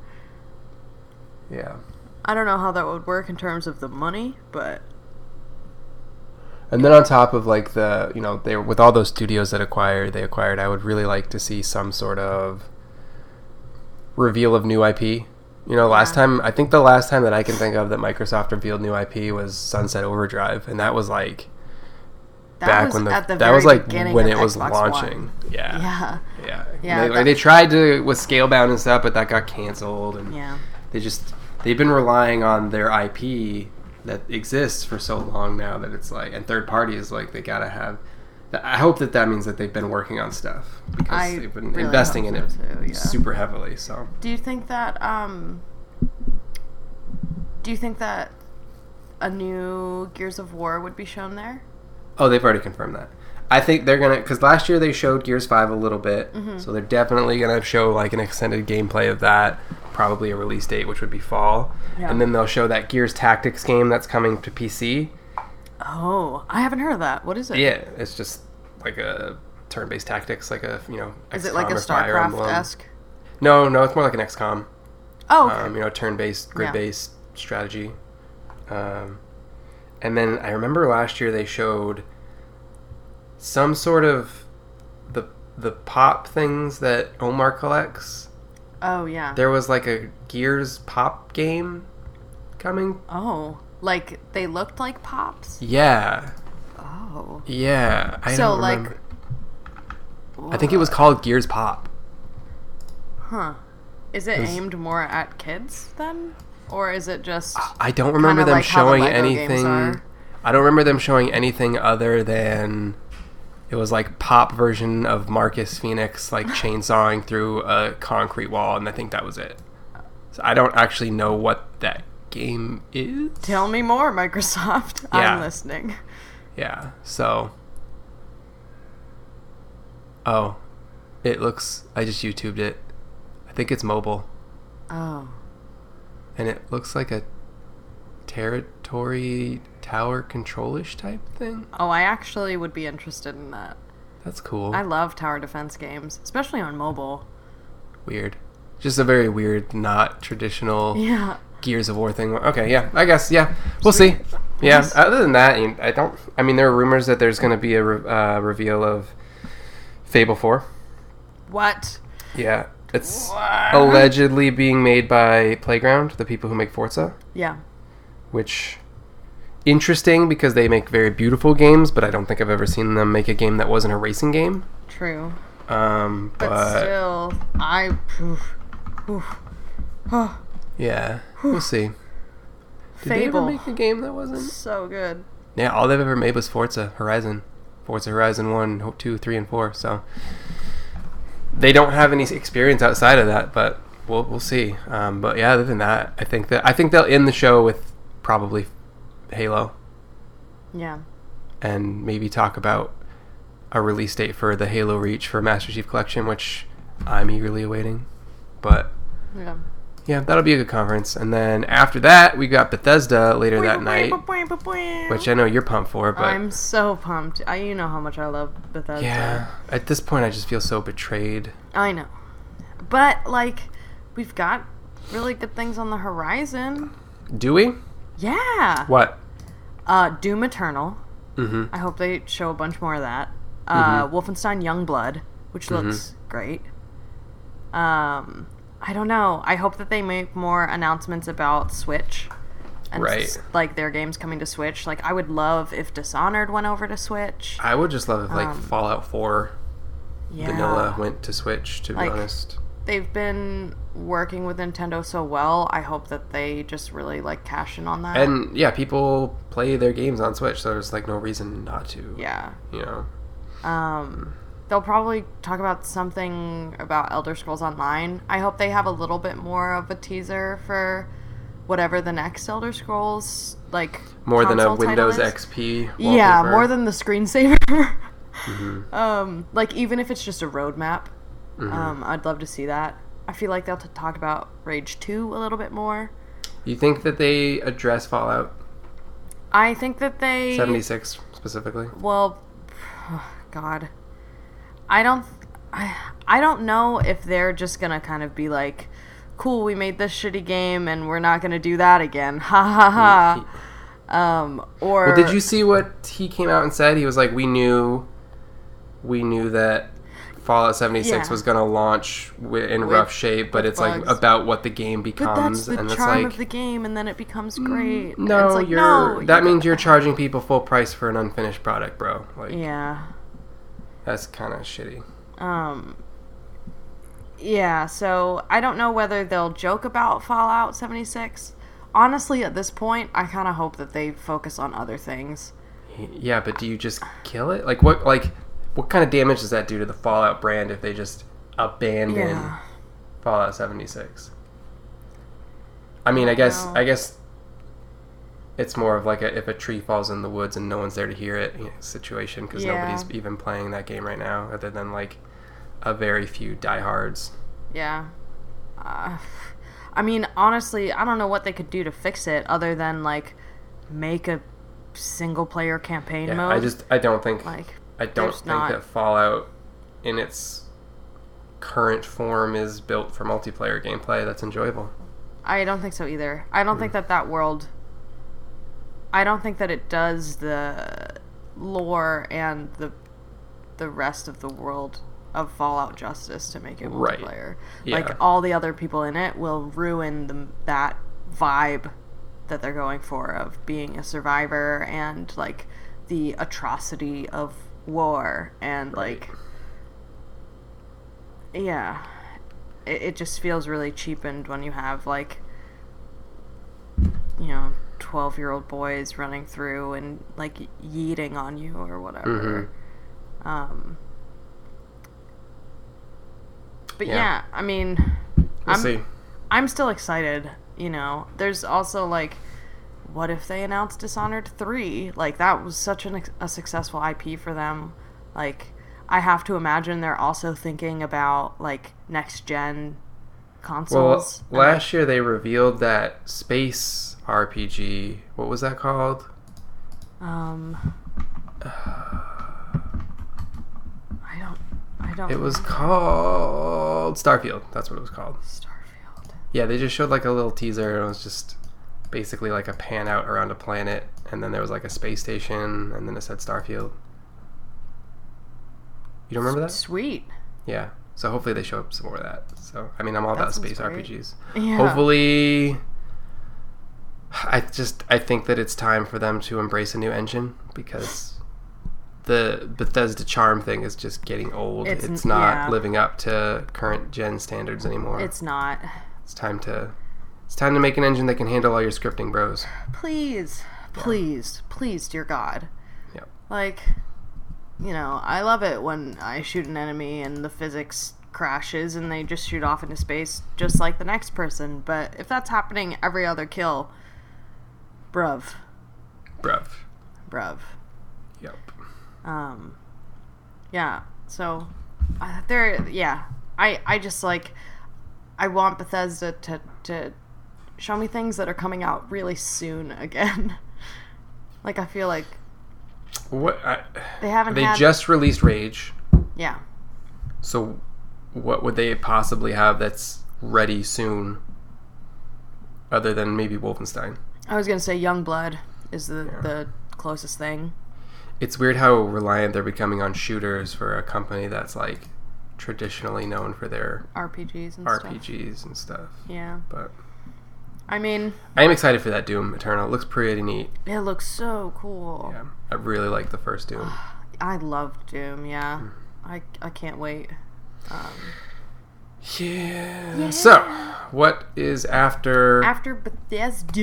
Speaker 1: Yeah.
Speaker 2: i don't know how that would work in terms of the money but
Speaker 1: And then on top of like the you know they with all those studios that acquired they acquired, I would really like to see some sort of reveal of new IP. You know, last time I think the last time that I can think of that Microsoft revealed new IP was Sunset Overdrive, and that was like
Speaker 2: that
Speaker 1: back
Speaker 2: was
Speaker 1: when the,
Speaker 2: at the
Speaker 1: that
Speaker 2: very
Speaker 1: was like
Speaker 2: beginning
Speaker 1: when
Speaker 2: of
Speaker 1: it was
Speaker 2: Xbox
Speaker 1: launching.
Speaker 2: One.
Speaker 1: Yeah.
Speaker 2: yeah
Speaker 1: Yeah.
Speaker 2: Yeah,
Speaker 1: They,
Speaker 2: that-
Speaker 1: like, they tried to with Scalebound and stuff, but that got canceled, and
Speaker 2: yeah
Speaker 1: they just they've been relying on their IP that exists for so long now that it's like, and third parties like they gotta have. I hope that that means that they've been working on stuff because
Speaker 2: I
Speaker 1: they've been
Speaker 2: really
Speaker 1: investing in
Speaker 2: hope
Speaker 1: it
Speaker 2: so too, yeah.
Speaker 1: super heavily. So
Speaker 2: Do you think that um do you think that a new Gears of War would be shown there?
Speaker 1: Oh, they've already confirmed that. I think they're gonna because last year they showed Gears Five a little bit,
Speaker 2: Mm-hmm.
Speaker 1: so they're definitely gonna show like an extended gameplay of that, probably a release date which would be fall,
Speaker 2: Yeah.
Speaker 1: and then they'll show that Gears Tactics game that's coming to PC.
Speaker 2: Oh, I haven't heard of that. What is it?
Speaker 1: Yeah, it's just like a turn-based tactics, like a you know.
Speaker 2: Is it like a
Speaker 1: XCOM or Fire Emblem.
Speaker 2: StarCraft esque?
Speaker 1: No, no, it's more like an XCOM.
Speaker 2: Oh, okay.
Speaker 1: Um, you know, turn-based, grid-based strategy. Um, and then I remember last year they showed some sort of the the pop things that Omar collects.
Speaker 2: oh yeah.
Speaker 1: There was like a Gears pop game coming.
Speaker 2: Oh, like they looked like pops.
Speaker 1: Yeah,
Speaker 2: Oh,
Speaker 1: yeah. I
Speaker 2: So,
Speaker 1: don't
Speaker 2: like-
Speaker 1: remember. I think it was called Gears Pop.
Speaker 2: huh? Is it aimed more at kids then, or is it just?
Speaker 1: I don't remember them
Speaker 2: like how the
Speaker 1: showing
Speaker 2: Lego games
Speaker 1: anything.
Speaker 2: are.
Speaker 1: I don't remember them showing anything other than it was like pop version of Marcus Phoenix
Speaker 2: *gasps*
Speaker 1: like chainsawing through a concrete wall, and I think that was it. So I don't actually know what that game is.
Speaker 2: Tell me more, Microsoft. *laughs*
Speaker 1: Yeah.
Speaker 2: I'm listening.
Speaker 1: Yeah. So. Oh, it looks. I just YouTubed it. I think it's mobile,
Speaker 2: Oh,
Speaker 1: and it looks like a territory tower control-ish type thing.
Speaker 2: oh, I actually would be interested in that.
Speaker 1: That's cool.
Speaker 2: I love tower defense games, especially on mobile.
Speaker 1: weird. Just a very weird, not traditional
Speaker 2: Yeah.
Speaker 1: Gears of War thing. Okay, yeah, I guess, yeah, we'll see. Yeah. Other than that, you- I don't. I mean, there are rumors that there's going to be a re- uh, reveal of Fable Four.
Speaker 2: What?
Speaker 1: Yeah, it's allegedly being made by Playground, the people who make Forza,
Speaker 2: Yeah.
Speaker 1: which interesting because they make very beautiful games, but I don't think I've ever seen them make a game that wasn't a racing game.
Speaker 2: True.
Speaker 1: Um, but
Speaker 2: But still, I. Oof, oof. Oh,
Speaker 1: yeah, we'll see. Did they ever
Speaker 2: Fable.
Speaker 1: make a game that wasn't?
Speaker 2: so good.
Speaker 1: Yeah, all they've ever made was Forza Horizon, Forza Horizon One, Ho- Two, Three, and Four. So they don't have any experience outside of that, but we'll we'll see. Um, but yeah, other than that, I think that I think they'll end the show with probably Halo
Speaker 2: Yeah.
Speaker 1: and maybe talk about a release date for the Halo Reach for Master Chief Collection, which I'm eagerly awaiting. But
Speaker 2: Yeah.
Speaker 1: yeah, that'll be a good conference. And then after that, we got Bethesda later that night, which I know you're pumped for, but
Speaker 2: I'm so pumped. I, you know how much I love Bethesda.
Speaker 1: Yeah. At this point, I just feel so betrayed.
Speaker 2: I know. But, like, we've got really good things on the horizon.
Speaker 1: Do we?
Speaker 2: Yeah.
Speaker 1: What?
Speaker 2: Uh, Doom Eternal.
Speaker 1: Mhm.
Speaker 2: I hope they show a bunch more of that. Uh,
Speaker 1: Mm-hmm.
Speaker 2: Wolfenstein Youngblood, which looks great. Um, I don't know. I hope that they make more announcements about Switch. And
Speaker 1: Right.
Speaker 2: s- like their games coming to Switch. Like I would love if Dishonored went over to Switch.
Speaker 1: I would just love if like Fallout 4
Speaker 2: Um, Yeah.
Speaker 1: vanilla went to Switch. To be
Speaker 2: Like-
Speaker 1: honest.
Speaker 2: They've been working with Nintendo so well. I hope that they just really like cash in on that.
Speaker 1: And yeah, people play their games on Switch, so there's like no reason not to.
Speaker 2: yeah.
Speaker 1: You know.
Speaker 2: Um, they'll probably talk about something about Elder Scrolls Online. I hope they have a little bit more of a teaser for whatever the next Elder Scrolls like
Speaker 1: More than a
Speaker 2: console title
Speaker 1: Windows
Speaker 2: is.
Speaker 1: XP.
Speaker 2: Yeah,
Speaker 1: wallpaper. Mm-hmm.
Speaker 2: more than the screensaver. *laughs* Um, like even if it's just a roadmap, um, I'd love to see that. I feel like they'll t- talk about Rage Two a little bit more.
Speaker 1: You think that they address Fallout
Speaker 2: I think that they
Speaker 1: 76 specifically?
Speaker 2: Well, *sighs* God, I don't, I, I don't know if they're just gonna kind of be like, "Cool, we made this shitty game, and we're not gonna do that again." *laughs* Ha ha ha. Um, or
Speaker 1: Well, did you see what he came out and said? He was like, "We knew, we knew that Fallout 76
Speaker 2: Yeah.
Speaker 1: was going to launch wi in rough shape, but it's like
Speaker 2: bugs.
Speaker 1: about what the game
Speaker 2: But that's
Speaker 1: becomes,
Speaker 2: the
Speaker 1: and it's
Speaker 2: charm
Speaker 1: like, Mm,
Speaker 2: of the game, and then it becomes great. And
Speaker 1: no,
Speaker 2: it's like,
Speaker 1: you're
Speaker 2: no,
Speaker 1: that
Speaker 2: you-
Speaker 1: means
Speaker 2: *laughs*
Speaker 1: you're charging people full price for an unfinished product, bro. Like
Speaker 2: yeah,
Speaker 1: that's kind of shitty.
Speaker 2: um, yeah. So I don't know whether they'll joke about Fallout seventy six. Honestly, at this point, I kind of hope that they focus on other things.
Speaker 1: Yeah, but do you just kill it? Like what? Like what kind of damage does that do to the Fallout brand if they just abandon
Speaker 2: Yeah.
Speaker 1: Fallout 76? I mean, I guess
Speaker 2: know.
Speaker 1: I guess it's more of like a, if a tree falls in the woods and no one's there to hear it you know, situation because
Speaker 2: Yeah.
Speaker 1: nobody's even playing that game right now, other than like a very few diehards.
Speaker 2: Yeah. Uh, I mean, honestly, I don't know what they could do to fix it other than like make a single player campaign
Speaker 1: Yeah,
Speaker 2: mode.
Speaker 1: I just I don't think
Speaker 2: like
Speaker 1: I don't
Speaker 2: there's
Speaker 1: think
Speaker 2: not-
Speaker 1: that Fallout in its current form is built for multiplayer gameplay that's enjoyable.
Speaker 2: I don't think so either. I don't
Speaker 1: Hmm.
Speaker 2: think that that world I don't think that it does the lore and the the rest of the world of Fallout justice to make it
Speaker 1: Right.
Speaker 2: multiplayer.
Speaker 1: Yeah.
Speaker 2: Like all the other people in it will ruin the, that vibe that they're going for of being a survivor and like the atrocity of war and
Speaker 1: Right.
Speaker 2: like yeah it, it just feels really cheapened when you have like you know 12 year old boys running through and like yeeting on you or whatever
Speaker 1: Mm-hmm.
Speaker 2: um but
Speaker 1: Yeah.
Speaker 2: yeah, i mean
Speaker 1: We'll
Speaker 2: I'm,
Speaker 1: see.
Speaker 2: I'm still excited you know there's also like what if they announced dishonored 3 like that was such an, ex- a successful ip for them like i have to imagine they're also thinking about like next gen
Speaker 1: Well,
Speaker 2: consoles and, like,
Speaker 1: last year they revealed that space RPG. What was that called?
Speaker 2: Um, I don't. I don't.
Speaker 1: It was called Starfield. That's what it was called.
Speaker 2: Starfield.
Speaker 1: Yeah, they just showed like a little teaser. and It was just basically like a pan out around a planet, and then there was like a space station, and then it said Starfield. You don't remember that?
Speaker 2: Sweet.
Speaker 1: Yeah. So hopefully they show up some more of that. So I mean, I'm all
Speaker 2: That
Speaker 1: about
Speaker 2: sounds
Speaker 1: space
Speaker 2: great.
Speaker 1: RPGs.
Speaker 2: Yeah.
Speaker 1: Hopefully, I just I think that it's time for them to embrace a new engine because the Bethesda charm thing is just getting old. It's,
Speaker 2: It's-
Speaker 1: not
Speaker 2: yeah.
Speaker 1: living up to current gen standards anymore. It's,
Speaker 2: It's not.
Speaker 1: time to it's time to make an engine that can handle all your scripting, bros.
Speaker 2: Please, please, please, dear God.
Speaker 1: Yep.
Speaker 2: Like, you know, I love it when I shoot an enemy and the physics crashes and they just shoot off into space just like the next person. But if that's happening every other kill, bruv,
Speaker 1: Bruv.
Speaker 2: bruv.
Speaker 1: Yep.
Speaker 2: um yeah so uh, there yeah i i just like i want bethesda to to show me things that are coming out really soon again *laughs* like i feel like
Speaker 1: What I,
Speaker 2: they haven't
Speaker 1: they
Speaker 2: had
Speaker 1: just released Rage,
Speaker 2: yeah
Speaker 1: so what would they possibly have that's ready soon? Other than maybe Wolfenstein.
Speaker 2: i was gonna say young blood is the the closest thing
Speaker 1: it's weird how reliant they're becoming on shooters for a company that's like traditionally known for their
Speaker 2: rpgs and stuff
Speaker 1: RPGs and stuff.
Speaker 2: yeah
Speaker 1: But
Speaker 2: i mean
Speaker 1: I am excited for that Doom Eternal. It looks pretty neat.
Speaker 2: it looks so cool
Speaker 1: Yeah, I really like the first Doom.
Speaker 2: i love doom yeah
Speaker 1: Mm-hmm.
Speaker 2: i i can't wait um
Speaker 1: *sighs* Yeah. So, what is after?
Speaker 2: after Bethesda.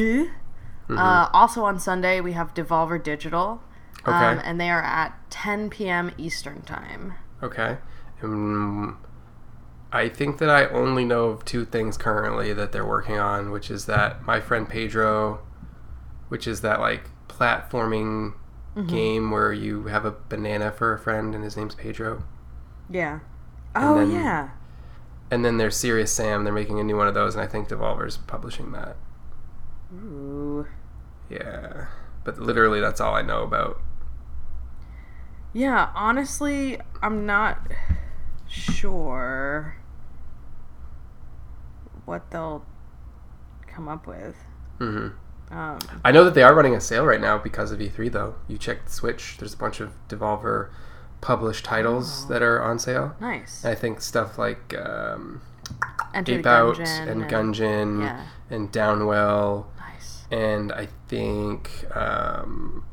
Speaker 1: Mm-hmm.
Speaker 2: Uh, also on Sunday, we have Devolver Digital.
Speaker 1: Okay.
Speaker 2: Um, and they are at 10 p.m. Eastern Time.
Speaker 1: okay. Um, I think that I only know of two things currently that they're working on, which is that my friend Pedro, which is that like platforming game where you have a banana for a friend and his name's Pedro.
Speaker 2: Yeah. Oh,
Speaker 1: then-
Speaker 2: yeah.
Speaker 1: And then there's Serious Sam. They're making a new one of those, and I think Devolver's publishing that.
Speaker 2: Ooh.
Speaker 1: Yeah, but literally that's all I know about.
Speaker 2: Yeah, honestly, I'm not sure what they'll come up with.
Speaker 1: hmm
Speaker 2: Um,
Speaker 1: I know that they are running a sale right now because of E3, though. You check the Switch. There's a bunch of Devolver published titles that are on sale.
Speaker 2: nice.
Speaker 1: I think stuff like um,
Speaker 2: Enter the
Speaker 1: Ape Out
Speaker 2: Gungeon
Speaker 1: and Gungeon
Speaker 2: Yeah.
Speaker 1: and Downwell,
Speaker 2: Nice.
Speaker 1: and I think um,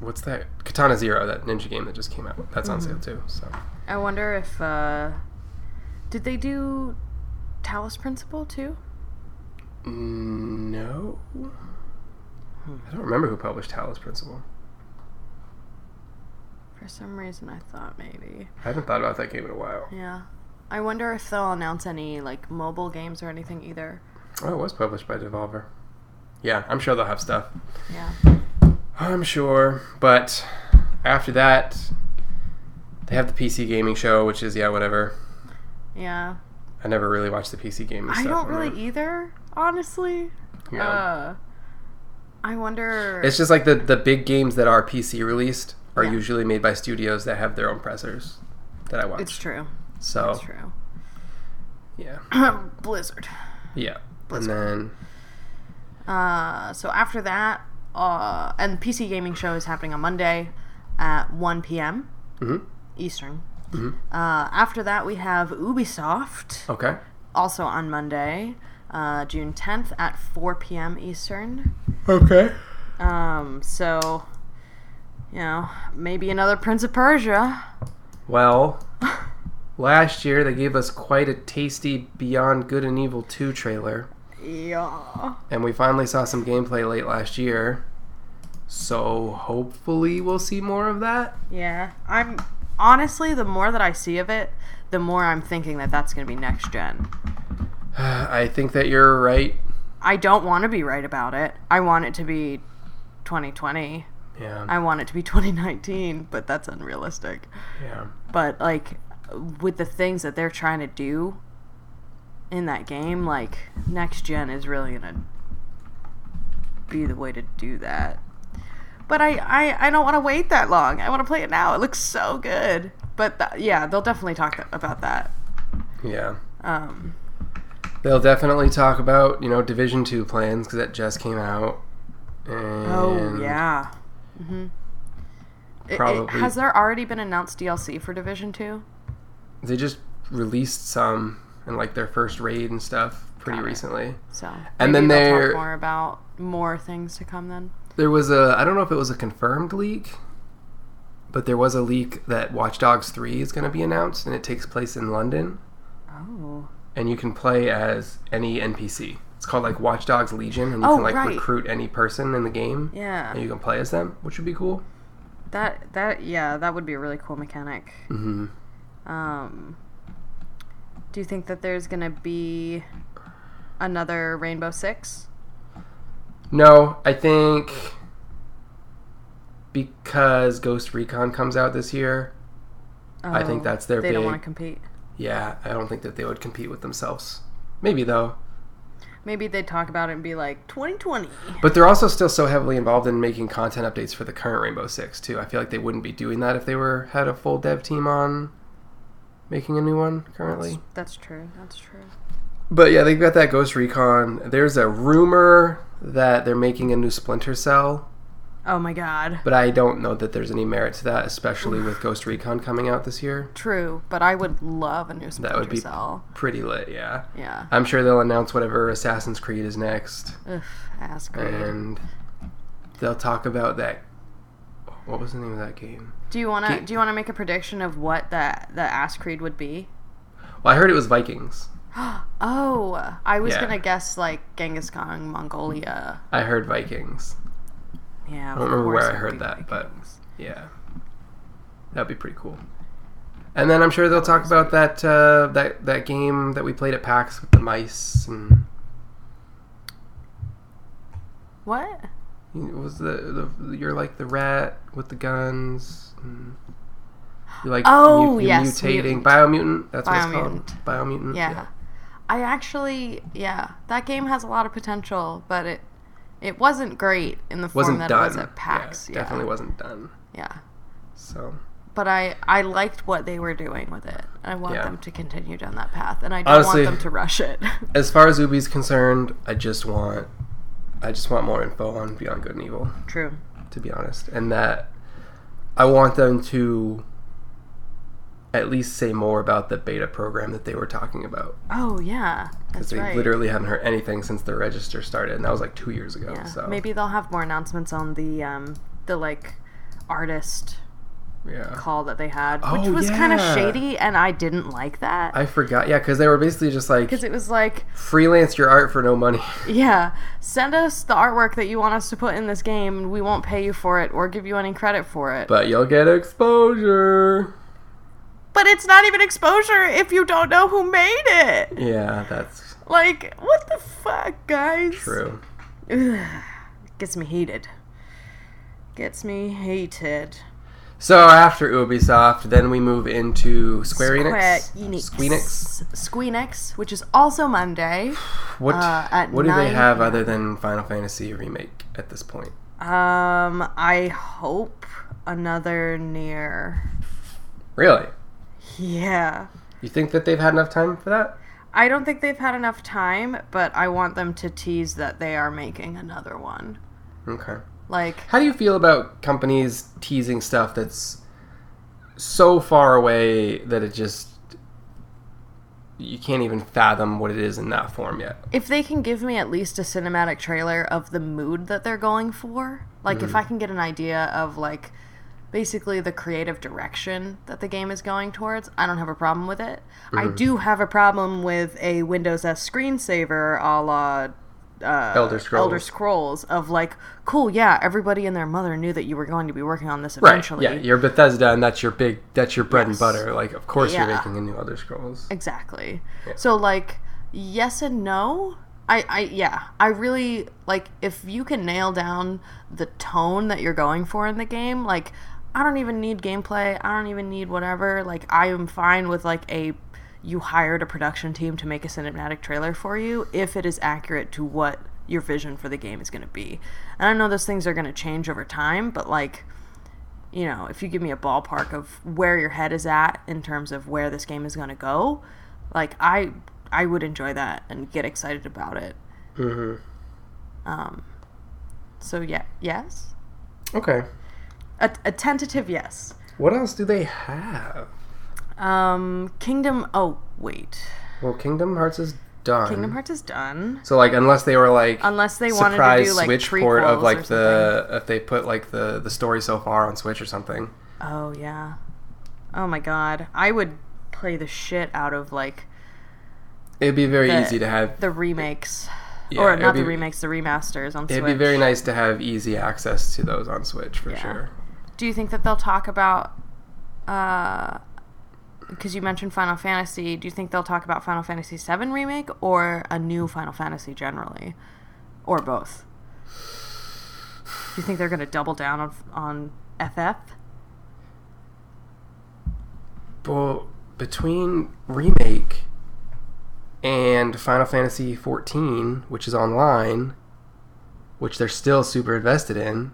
Speaker 1: what's that Katana Zero, that ninja game that just came out. That's on sale
Speaker 2: Mm-hmm.
Speaker 1: too. So
Speaker 2: I wonder if uh did they do Talus Principle too?
Speaker 1: no, I don't remember who published Talos Principle.
Speaker 2: For some reason I thought maybe.
Speaker 1: I haven't thought about that game in a while.
Speaker 2: Yeah. I wonder if they'll announce any like mobile games or anything either.
Speaker 1: Oh, it was published by Devolver. Yeah, I'm sure they'll have stuff.
Speaker 2: Yeah.
Speaker 1: I'm sure. But after that, they have the PC gaming show, which is yeah, whatever.
Speaker 2: Yeah.
Speaker 1: I never really watched the PC gaming.
Speaker 2: I
Speaker 1: stuff on
Speaker 2: don't really either, honestly.
Speaker 1: that. Yeah.
Speaker 2: Uh I wonder
Speaker 1: it's just like the the big games that are PC released are
Speaker 2: Yeah.
Speaker 1: usually made by studios that have their own pressers that I watch.
Speaker 2: it's true.
Speaker 1: so
Speaker 2: It's true. *clears throat* *coughs*
Speaker 1: yeah,
Speaker 2: Blizzard.
Speaker 1: yeah. And then
Speaker 2: Uh, so after that, uh, and the PC gaming show is happening on Monday at 1 p.m.
Speaker 1: Mhm.
Speaker 2: Eastern. Uh, after that, we have Ubisoft
Speaker 1: okay,
Speaker 2: also on Monday, uh, June 10th at 4 p.m. Eastern.
Speaker 1: okay.
Speaker 2: Um, so, you know, maybe another Prince of Persia. *laughs*
Speaker 1: Well, last year they gave us quite a tasty Beyond Good and Evil two trailer.
Speaker 2: Yeah.
Speaker 1: and we finally saw some gameplay late last year. So hopefully we'll see more of that. *sighs*
Speaker 2: Yeah. I'm honestly, the more that I see of it, the more I'm thinking that that's going to be next gen.
Speaker 1: I think that you're right.
Speaker 2: I don't want to be right about it. I want it to be 2020.
Speaker 1: Yeah,
Speaker 2: I want it to be 2019, but that's unrealistic.
Speaker 1: yeah,
Speaker 2: But like with the things that they're trying to do in that game, like next gen is really gonna be the way to do that. But I I, I don't want to wait that long. I want to play it now. It looks so good. But th- yeah, they'll definitely talk th- about that.
Speaker 1: yeah.
Speaker 2: Um,
Speaker 1: They'll definitely talk about you know Division Two plans because that just came out. And
Speaker 2: oh yeah. oh, Mm-hmm. It- it-
Speaker 1: Probably.
Speaker 2: has there already been announced DLC for Division 2?
Speaker 1: They just released some in like their first raid and stuff pretty
Speaker 2: Got it.
Speaker 1: recently.
Speaker 2: So
Speaker 1: And
Speaker 2: maybe
Speaker 1: then
Speaker 2: they'll talk
Speaker 1: there-
Speaker 2: more about more things to come then.
Speaker 1: There was a I don't know if it was a confirmed leak, but there was a leak that Watch Dogs 3 is going to be announced and it takes place in London
Speaker 2: Oh.
Speaker 1: and you can play as any NPC. It's called like Watch Dogs Legion and you
Speaker 2: Oh,
Speaker 1: can like
Speaker 2: right.
Speaker 1: recruit any person in the game and
Speaker 2: Yeah.
Speaker 1: you can play as them, which would be cool.
Speaker 2: That that yeah, that would be a really cool mechanic.
Speaker 1: Mhm.
Speaker 2: Um Do you think that there's going to be another Rainbow 6?
Speaker 1: No, I think because Ghost Recon comes out this year, I think
Speaker 2: Oh,
Speaker 1: that's their
Speaker 2: They
Speaker 1: big.
Speaker 2: don't want to compete.
Speaker 1: Yeah, I don't think that they would compete with themselves. Maybe though,
Speaker 2: Maybe they talk about it and be like 2020.
Speaker 1: but they're also still so heavily involved in making content updates for the current Rainbow Six too. I feel like they wouldn't be doing that if they were had a full dev team on making a new one currently.
Speaker 2: That's true. That's true.
Speaker 1: But yeah, they've got that Ghost Recon. There's a rumor that they're making a new Splinter Cell,
Speaker 2: Oh my god.
Speaker 1: but I don't know that there's any merit to that, especially with Ghost Recon coming out this year.
Speaker 2: True, but I would love a new Splinter
Speaker 1: would be-
Speaker 2: Cell.
Speaker 1: Pretty lit, yeah.
Speaker 2: Yeah.
Speaker 1: I'm sure they'll announce whatever Assassin's Creed is next,
Speaker 2: Ugh, ass grade.
Speaker 1: and they'll talk about that. What was the name of that game?
Speaker 2: Do you wanna
Speaker 1: Get-
Speaker 2: do you wanna make a prediction of what that the ass creed would be?
Speaker 1: Well, I heard it was Vikings.
Speaker 2: Oh, I was
Speaker 1: Yeah.
Speaker 2: gonna guess like Genghis Khan, Mongolia.
Speaker 1: I heard Vikings.
Speaker 2: Yeah, I
Speaker 1: don't remember where I heard that, but- Yeah, that'd be pretty cool. And then I'm sure they'll talk about that uh, that that game that we played at PAX with the mice and
Speaker 2: what?
Speaker 1: you know, was the, the you're like the rat with the guns. And you like
Speaker 2: Oh,
Speaker 1: you're
Speaker 2: yes,
Speaker 1: mutating
Speaker 2: mutant.
Speaker 1: biomutant. That's what it's
Speaker 2: Biomutant.
Speaker 1: called. Biomutant.
Speaker 2: Yeah. I actually, yeah, that game has a lot of potential, but it it wasn't great in the form
Speaker 1: wasn't
Speaker 2: that
Speaker 1: done.
Speaker 2: it was at PAX. Yeah,
Speaker 1: definitely wasn't done.
Speaker 2: yeah.
Speaker 1: So
Speaker 2: But I, I liked what they were doing with it. I want
Speaker 1: Yeah.
Speaker 2: them to continue down that path, and I don't
Speaker 1: Honestly-
Speaker 2: want them to
Speaker 1: *laughs*
Speaker 2: rush it.
Speaker 1: as far as Ubi's concerned, I just want I just want more info on Beyond Good and Evil,
Speaker 2: True.
Speaker 1: to be honest. And that I want them to at least say more about the beta program that they were talking about.
Speaker 2: Oh yeah,
Speaker 1: Because
Speaker 2: that's
Speaker 1: they
Speaker 2: right.
Speaker 1: literally haven't heard anything since the register started, and that was like two years ago.
Speaker 2: yeah.
Speaker 1: So
Speaker 2: Maybe they'll have more announcements on the um the like artist
Speaker 1: yeah.
Speaker 2: call that they had, which
Speaker 1: Oh,
Speaker 2: was kind of
Speaker 1: yeah.
Speaker 2: shady, and I didn't like that
Speaker 1: I forgot, yeah, because they were basically just like
Speaker 2: because it was like,
Speaker 1: freelance your art for no money. *laughs*
Speaker 2: yeah, send us the artwork that you want us to put in this game, and we won't pay you for it or give you any credit for it. But,
Speaker 1: But you'll get exposure.
Speaker 2: it's not even exposure if you don't know who made it.
Speaker 1: Yeah, that's
Speaker 2: Like, what the fuck, guys?
Speaker 1: true.
Speaker 2: Gets me heated. Gets me hated.
Speaker 1: So after Ubisoft, then we move into Square Enix.
Speaker 2: Square Enix. Squeenix, which is also Monday.
Speaker 1: What
Speaker 2: Uh, at
Speaker 1: what do
Speaker 2: 9
Speaker 1: they have other than Final Fantasy remake at this point?
Speaker 2: Um, I hope another near.
Speaker 1: Really?
Speaker 2: Yeah.
Speaker 1: You think that they've had enough time for that?
Speaker 2: I don't think they've had enough time, but I want them to tease that they are making another one.
Speaker 1: Okay.
Speaker 2: Like,
Speaker 1: How do you feel about companies teasing stuff that's so far away that it just you can't even fathom what it is in that form yet?
Speaker 2: if they can give me at least a cinematic trailer of the mood that they're going for, like
Speaker 1: Mm.
Speaker 2: if I can get an idea of like basically the creative direction that the game is going towards, I don't have a problem with it. I
Speaker 1: Mm-hmm.
Speaker 2: do have a problem with a Windows S screensaver a la uh,
Speaker 1: Elder Scrolls.
Speaker 2: Elder Scrolls of like, cool, yeah, everybody and their mother knew that you were going to be working on this
Speaker 1: Right.
Speaker 2: eventually.
Speaker 1: Yeah, you're Bethesda and that's your big that's your bread and
Speaker 2: Yes.
Speaker 1: butter. Like of course you're
Speaker 2: Yeah.
Speaker 1: making a new Elder Scrolls.
Speaker 2: Exactly. So like yes and no. I, I yeah, I really like if you can nail down the tone that you're going for in the game, like I don't even need gameplay, I don't even need whatever. Like I am fine with like a you hired a production team to make a cinematic trailer for you if it is accurate to what your vision for the game is going to be. And I know those things are going to change over time, but like you know, if you give me a ballpark of where your head is at in terms of where this game is going to go, like I I would enjoy that and get excited about it. Mm-hmm. Um. So yeah, yes.
Speaker 1: Okay.
Speaker 2: A, a tentative yes.
Speaker 1: What else do they have?
Speaker 2: Um, Kingdom. Oh wait,
Speaker 1: Well, Kingdom Hearts is done.
Speaker 2: Kingdom Hearts is done.
Speaker 1: So like, unless they were like,
Speaker 2: Unless they wanted to
Speaker 1: surprise
Speaker 2: do, like,
Speaker 1: Switch port
Speaker 2: prequels
Speaker 1: of
Speaker 2: or
Speaker 1: like the if they put like the the story so far on Switch or something.
Speaker 2: Oh yeah. Oh my god, I would play the shit out of like
Speaker 1: It'd be very
Speaker 2: The-
Speaker 1: easy to have.
Speaker 2: the remakes,
Speaker 1: Yeah,
Speaker 2: or
Speaker 1: it'd
Speaker 2: not
Speaker 1: be,
Speaker 2: the remakes, the remasters on
Speaker 1: It'd
Speaker 2: Switch.
Speaker 1: be very nice to have easy access to those on Switch for
Speaker 2: Yeah.
Speaker 1: sure.
Speaker 2: Do you think that they'll talk about? Because you mentioned Final Fantasy, do you think they'll talk about Final Fantasy VII remake or a new Final Fantasy generally, or both? Do you think they're going to double down on on FF?
Speaker 1: Well, between remake and Final Fantasy 14, which is online, which they're still super invested in,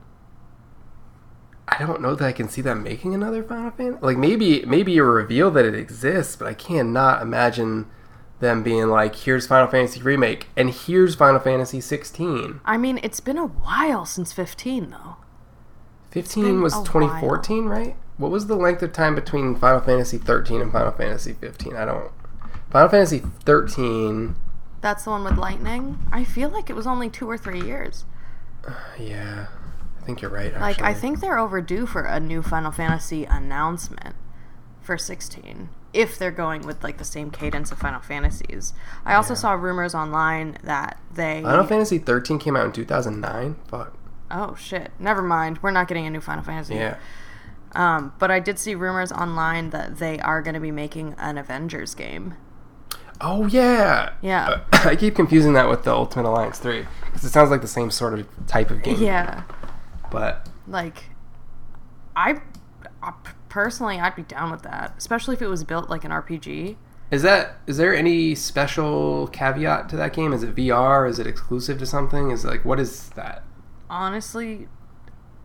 Speaker 1: I don't know that I can see them making another Final Fantasy. Like maybe maybe a reveal that it exists, but I cannot imagine them being like, "Here's Final Fantasy remake and here's Final Fantasy 16."
Speaker 2: I mean, it's been a while since 15 though.
Speaker 1: 15
Speaker 2: been
Speaker 1: was
Speaker 2: a while.
Speaker 1: 2014, right? What was the length of time between Final Fantasy 13 and Final Fantasy 15? I don't. Final Fantasy 13.
Speaker 2: That's the one with lightning. I feel like it was only two or three years.
Speaker 1: Yeah, I think you're right. Actually.
Speaker 2: Like I think they're overdue for a new Final Fantasy announcement for 16 if they're going with like the same cadence of Final Fantasies. I also saw rumors online that they
Speaker 1: Final Fantasy 13 came out in 2009. Fuck.
Speaker 2: Oh shit. Never mind. We're not getting a new Final Fantasy.
Speaker 1: Yeah.
Speaker 2: Um but I did see rumors online that they are going to be making an Avengers game.
Speaker 1: Oh yeah.
Speaker 2: Yeah.
Speaker 1: Uh, *laughs* I keep confusing that with the Ultimate Alliance 3 because it sounds like the same sort of type of game.
Speaker 2: Yeah.
Speaker 1: But
Speaker 2: Like I, I personally I'd be down with that, especially if it was built like an RPG.
Speaker 1: is that is there any special caveat to that game? Is it VR? Is it exclusive to something? Is it like what is that?
Speaker 2: honestly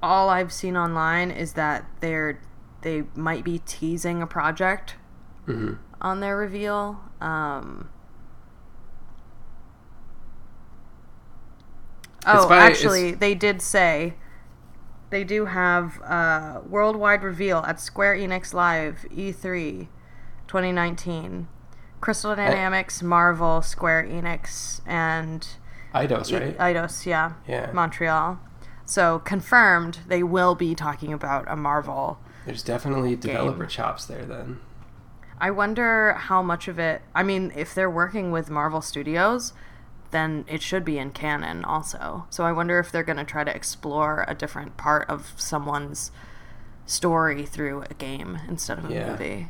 Speaker 2: all i've seen online is that they're they might be teasing a project on their reveal um
Speaker 1: It's
Speaker 2: oh
Speaker 1: by-
Speaker 2: actually they did say they do have a worldwide reveal at square enix live E e3 2019 crystal dynamics marvel square enix and
Speaker 1: Eidos, right?
Speaker 2: Eidos, yeah.
Speaker 1: Yeah.
Speaker 2: Montreal. So confirmed, they will be talking about a Marvel.
Speaker 1: There's definitely developer chops there then.
Speaker 2: I wonder how much of it. I mean, if they're working with Marvel Studios, then it should be in canon also. So I wonder if they're going to try to explore a different part of someone's story through a game instead of a
Speaker 1: Yeah.
Speaker 2: movie,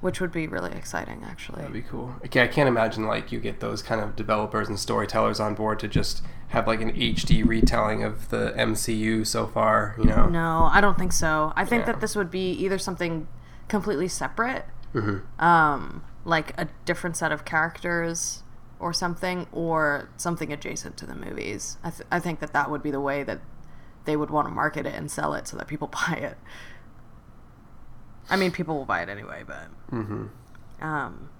Speaker 2: which would be really exciting, actually.
Speaker 1: That'd be cool. Okay, I can't imagine like you get those kind of developers and storytellers on board to just have like an HD retelling of the MCU so far, you know?
Speaker 2: No, I don't think so. I think
Speaker 1: Yeah.
Speaker 2: that this would be either something completely separate, um, like a different set of characters or something, or something adjacent to the movies. I, th- I think that that would be the way that they would want to market it and sell it so that people *laughs* buy it. I mean, people will buy it anyway, but.
Speaker 1: Mm-hmm.
Speaker 2: Um,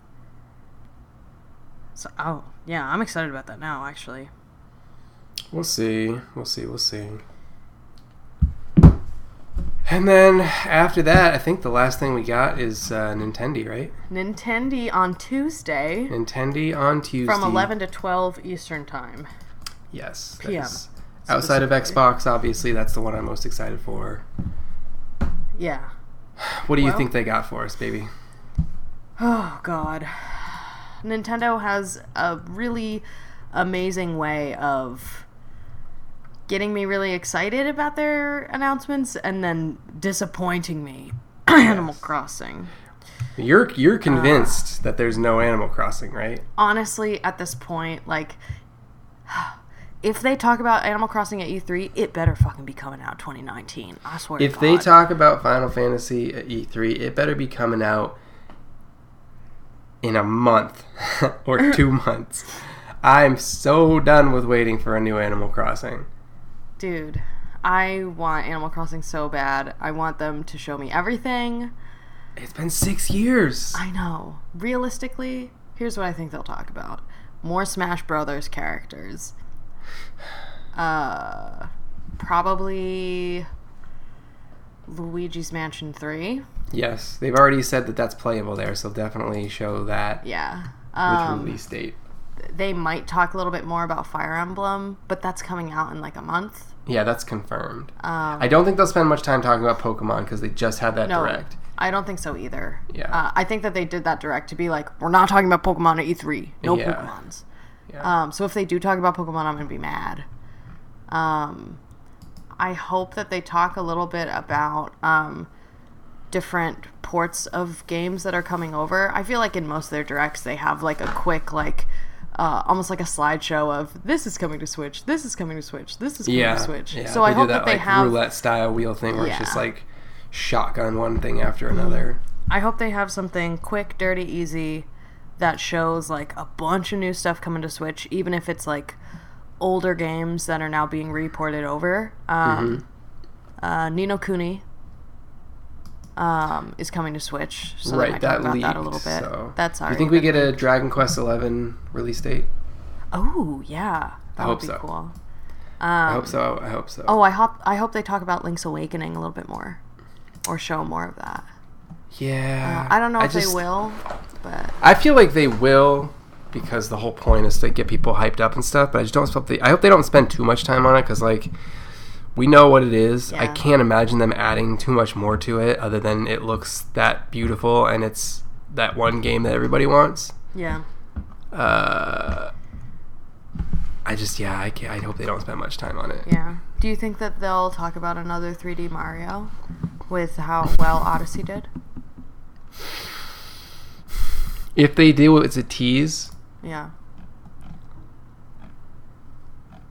Speaker 2: so, oh, yeah, I'm excited about that now, actually.
Speaker 1: We'll see. We'll see. We'll see. And then after that, I think the last thing we got is uh, Nintendo, right?
Speaker 2: Nintendo on Tuesday.
Speaker 1: Nintendo on Tuesday
Speaker 2: from 11 to 12 Eastern Time.
Speaker 1: Yes. that
Speaker 2: PM,
Speaker 1: is- Outside of Xbox, obviously, that's the one I'm most excited for.
Speaker 2: Yeah.
Speaker 1: What do you
Speaker 2: Well-
Speaker 1: think they got for us, baby?
Speaker 2: Oh, God. Nintendo has a really amazing way of getting me really excited about their announcements and then disappointing me. *clears throat* Animal Crossing.
Speaker 1: You're you're convinced that there's no Animal Crossing, right?
Speaker 2: Honestly, at this point, like. *sighs* If they talk about Animal Crossing at E3, it better fucking be coming out 2019. I swear to
Speaker 1: If
Speaker 2: God.
Speaker 1: they talk about Final Fantasy at E3, it better be coming out in a month *laughs* or *laughs* two months. I'm so done with waiting for a new Animal Crossing.
Speaker 2: Dude, I want Animal Crossing so bad. I want them to show me everything.
Speaker 1: It's been six years.
Speaker 2: I know. Realistically, here's what I think they'll talk about more Smash Brothers characters. *sighs* Uh, probably. Luigi's Mansion 3.
Speaker 1: Yes, they've already said that that's playable there, so definitely show that with
Speaker 2: Yeah. Um,
Speaker 1: release date.
Speaker 2: they might talk a little bit more about Fire Emblem, but that's coming out in like a month.
Speaker 1: Yeah, that's confirmed. I don't think they'll spend much time talking about Pokemon because they just had that
Speaker 2: No,
Speaker 1: direct.
Speaker 2: I don't think so either.
Speaker 1: Yeah.
Speaker 2: Uh, I think that they did that direct to be like, we're not talking about Pokemon at E3. No
Speaker 1: Yeah.
Speaker 2: Pokemons.
Speaker 1: Yeah.
Speaker 2: Um, so if they do talk about Pokemon, I'm going to be mad. Um, I hope that they talk a little bit about um, different ports of games that are coming over. I feel like in most of their directs, they have like a quick, like, uh, almost like a slideshow of this is coming to Switch, this is coming to Switch, this is coming
Speaker 1: yeah,
Speaker 2: to Switch.
Speaker 1: yeah,
Speaker 2: so I
Speaker 1: do
Speaker 2: hope that, they
Speaker 1: like,
Speaker 2: have
Speaker 1: roulette style wheel thing where it's
Speaker 2: Yeah. Mm-hmm.
Speaker 1: just like shotgun one thing after another.
Speaker 2: I hope they have something quick, dirty, easy that shows like a bunch of new stuff coming to Switch, even if it's like older games that are now being reported over. Um,
Speaker 1: Mm-hmm.
Speaker 2: uh, Nino Kuni um, is coming to Switch, so they
Speaker 1: right,
Speaker 2: might talk
Speaker 1: that
Speaker 2: about
Speaker 1: leaked.
Speaker 2: that a little bit.
Speaker 1: So
Speaker 2: That's
Speaker 1: You
Speaker 2: already.
Speaker 1: think we
Speaker 2: been-
Speaker 1: get a Dragon Quest Eleven release date?
Speaker 2: Oh yeah, that
Speaker 1: I
Speaker 2: would
Speaker 1: hope
Speaker 2: be
Speaker 1: so.
Speaker 2: cool.
Speaker 1: I hope so. I hope so.
Speaker 2: Oh, I hope I hope they talk about Link's Awakening a little bit more, or show more of that.
Speaker 1: yeah.
Speaker 2: uh, I don't know if
Speaker 1: just-
Speaker 2: they will, but
Speaker 1: I feel like they will because the whole point is to get people hyped up and stuff. But I just don't. Hope they, I hope they don't spend too much time on it because like we know what it is. I
Speaker 2: Yeah.
Speaker 1: can't imagine them adding too much more to it other than it looks that beautiful and it's that one game that everybody wants.
Speaker 2: yeah.
Speaker 1: Uh, I just yeah. I can't, I hope they don't spend much time on it.
Speaker 2: Yeah. Do you think that they'll talk about another 3D Mario with how well Odyssey did?
Speaker 1: If they do, it's a tease.
Speaker 2: Yeah.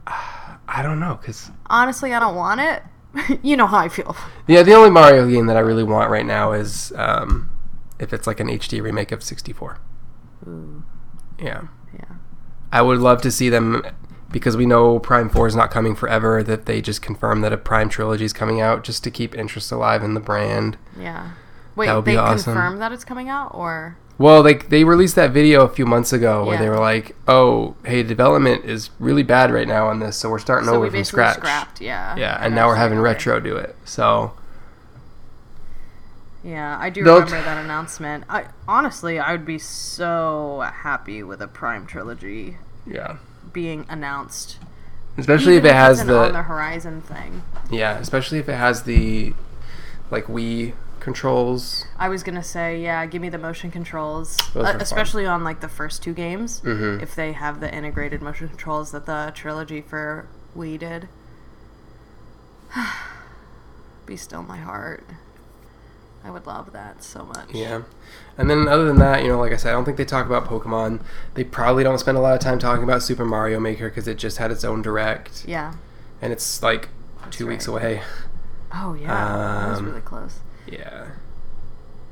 Speaker 1: I don't know because
Speaker 2: Honestly, I don't want it. *laughs* you know how I feel.
Speaker 1: yeah, the only Mario game that I really want right now is um, if it's like an HD remake of sixty four. Hmm.
Speaker 2: Ooh,
Speaker 1: Yeah.
Speaker 2: yeah.
Speaker 1: I would love to see them because we know Prime 4 is not coming forever, that they just confirm that a Prime trilogy is coming out just to keep interest alive in the brand.
Speaker 2: Yeah. Wait,
Speaker 1: That would be
Speaker 2: they
Speaker 1: awesome.
Speaker 2: confirmed that it's coming out or
Speaker 1: Well, like they released that video a few months ago where
Speaker 2: Yeah.
Speaker 1: they were like, "Oh, hey, development is really bad right now on this, so we're starting
Speaker 2: so
Speaker 1: over
Speaker 2: we
Speaker 1: from
Speaker 2: basically
Speaker 1: scratch."
Speaker 2: scrapped, yeah.
Speaker 1: Yeah, and now we're having
Speaker 2: Okay.
Speaker 1: retro do it. So
Speaker 2: Yeah, I do
Speaker 1: They'll-
Speaker 2: remember that announcement. I honestly, I would be so happy with a Prime trilogy
Speaker 1: yeah, being
Speaker 2: being announced.
Speaker 1: especially if
Speaker 2: Even
Speaker 1: it
Speaker 2: it's
Speaker 1: has
Speaker 2: an
Speaker 1: the
Speaker 2: on the horizon thing.
Speaker 1: yeah, especially if it has the like Wii controls.
Speaker 2: I was gonna say, yeah, give me the motion controls,
Speaker 1: Those are
Speaker 2: uh,
Speaker 1: fun. Mm-hmm.
Speaker 2: especially on like the first two games. If they have the integrated motion controls that the trilogy for Wii did, *sighs* be still my heart. I would love that so much.
Speaker 1: Yeah. And then other than that, you know, like I said, I don't think they talk about Pokemon. They probably don't spend a lot of time talking about Super Mario Maker because it just had its own direct,
Speaker 2: Yeah.
Speaker 1: and it's like two weeks
Speaker 2: right.
Speaker 1: away. *laughs*
Speaker 2: Oh yeah, that was
Speaker 1: Um,
Speaker 2: really close.
Speaker 1: yeah.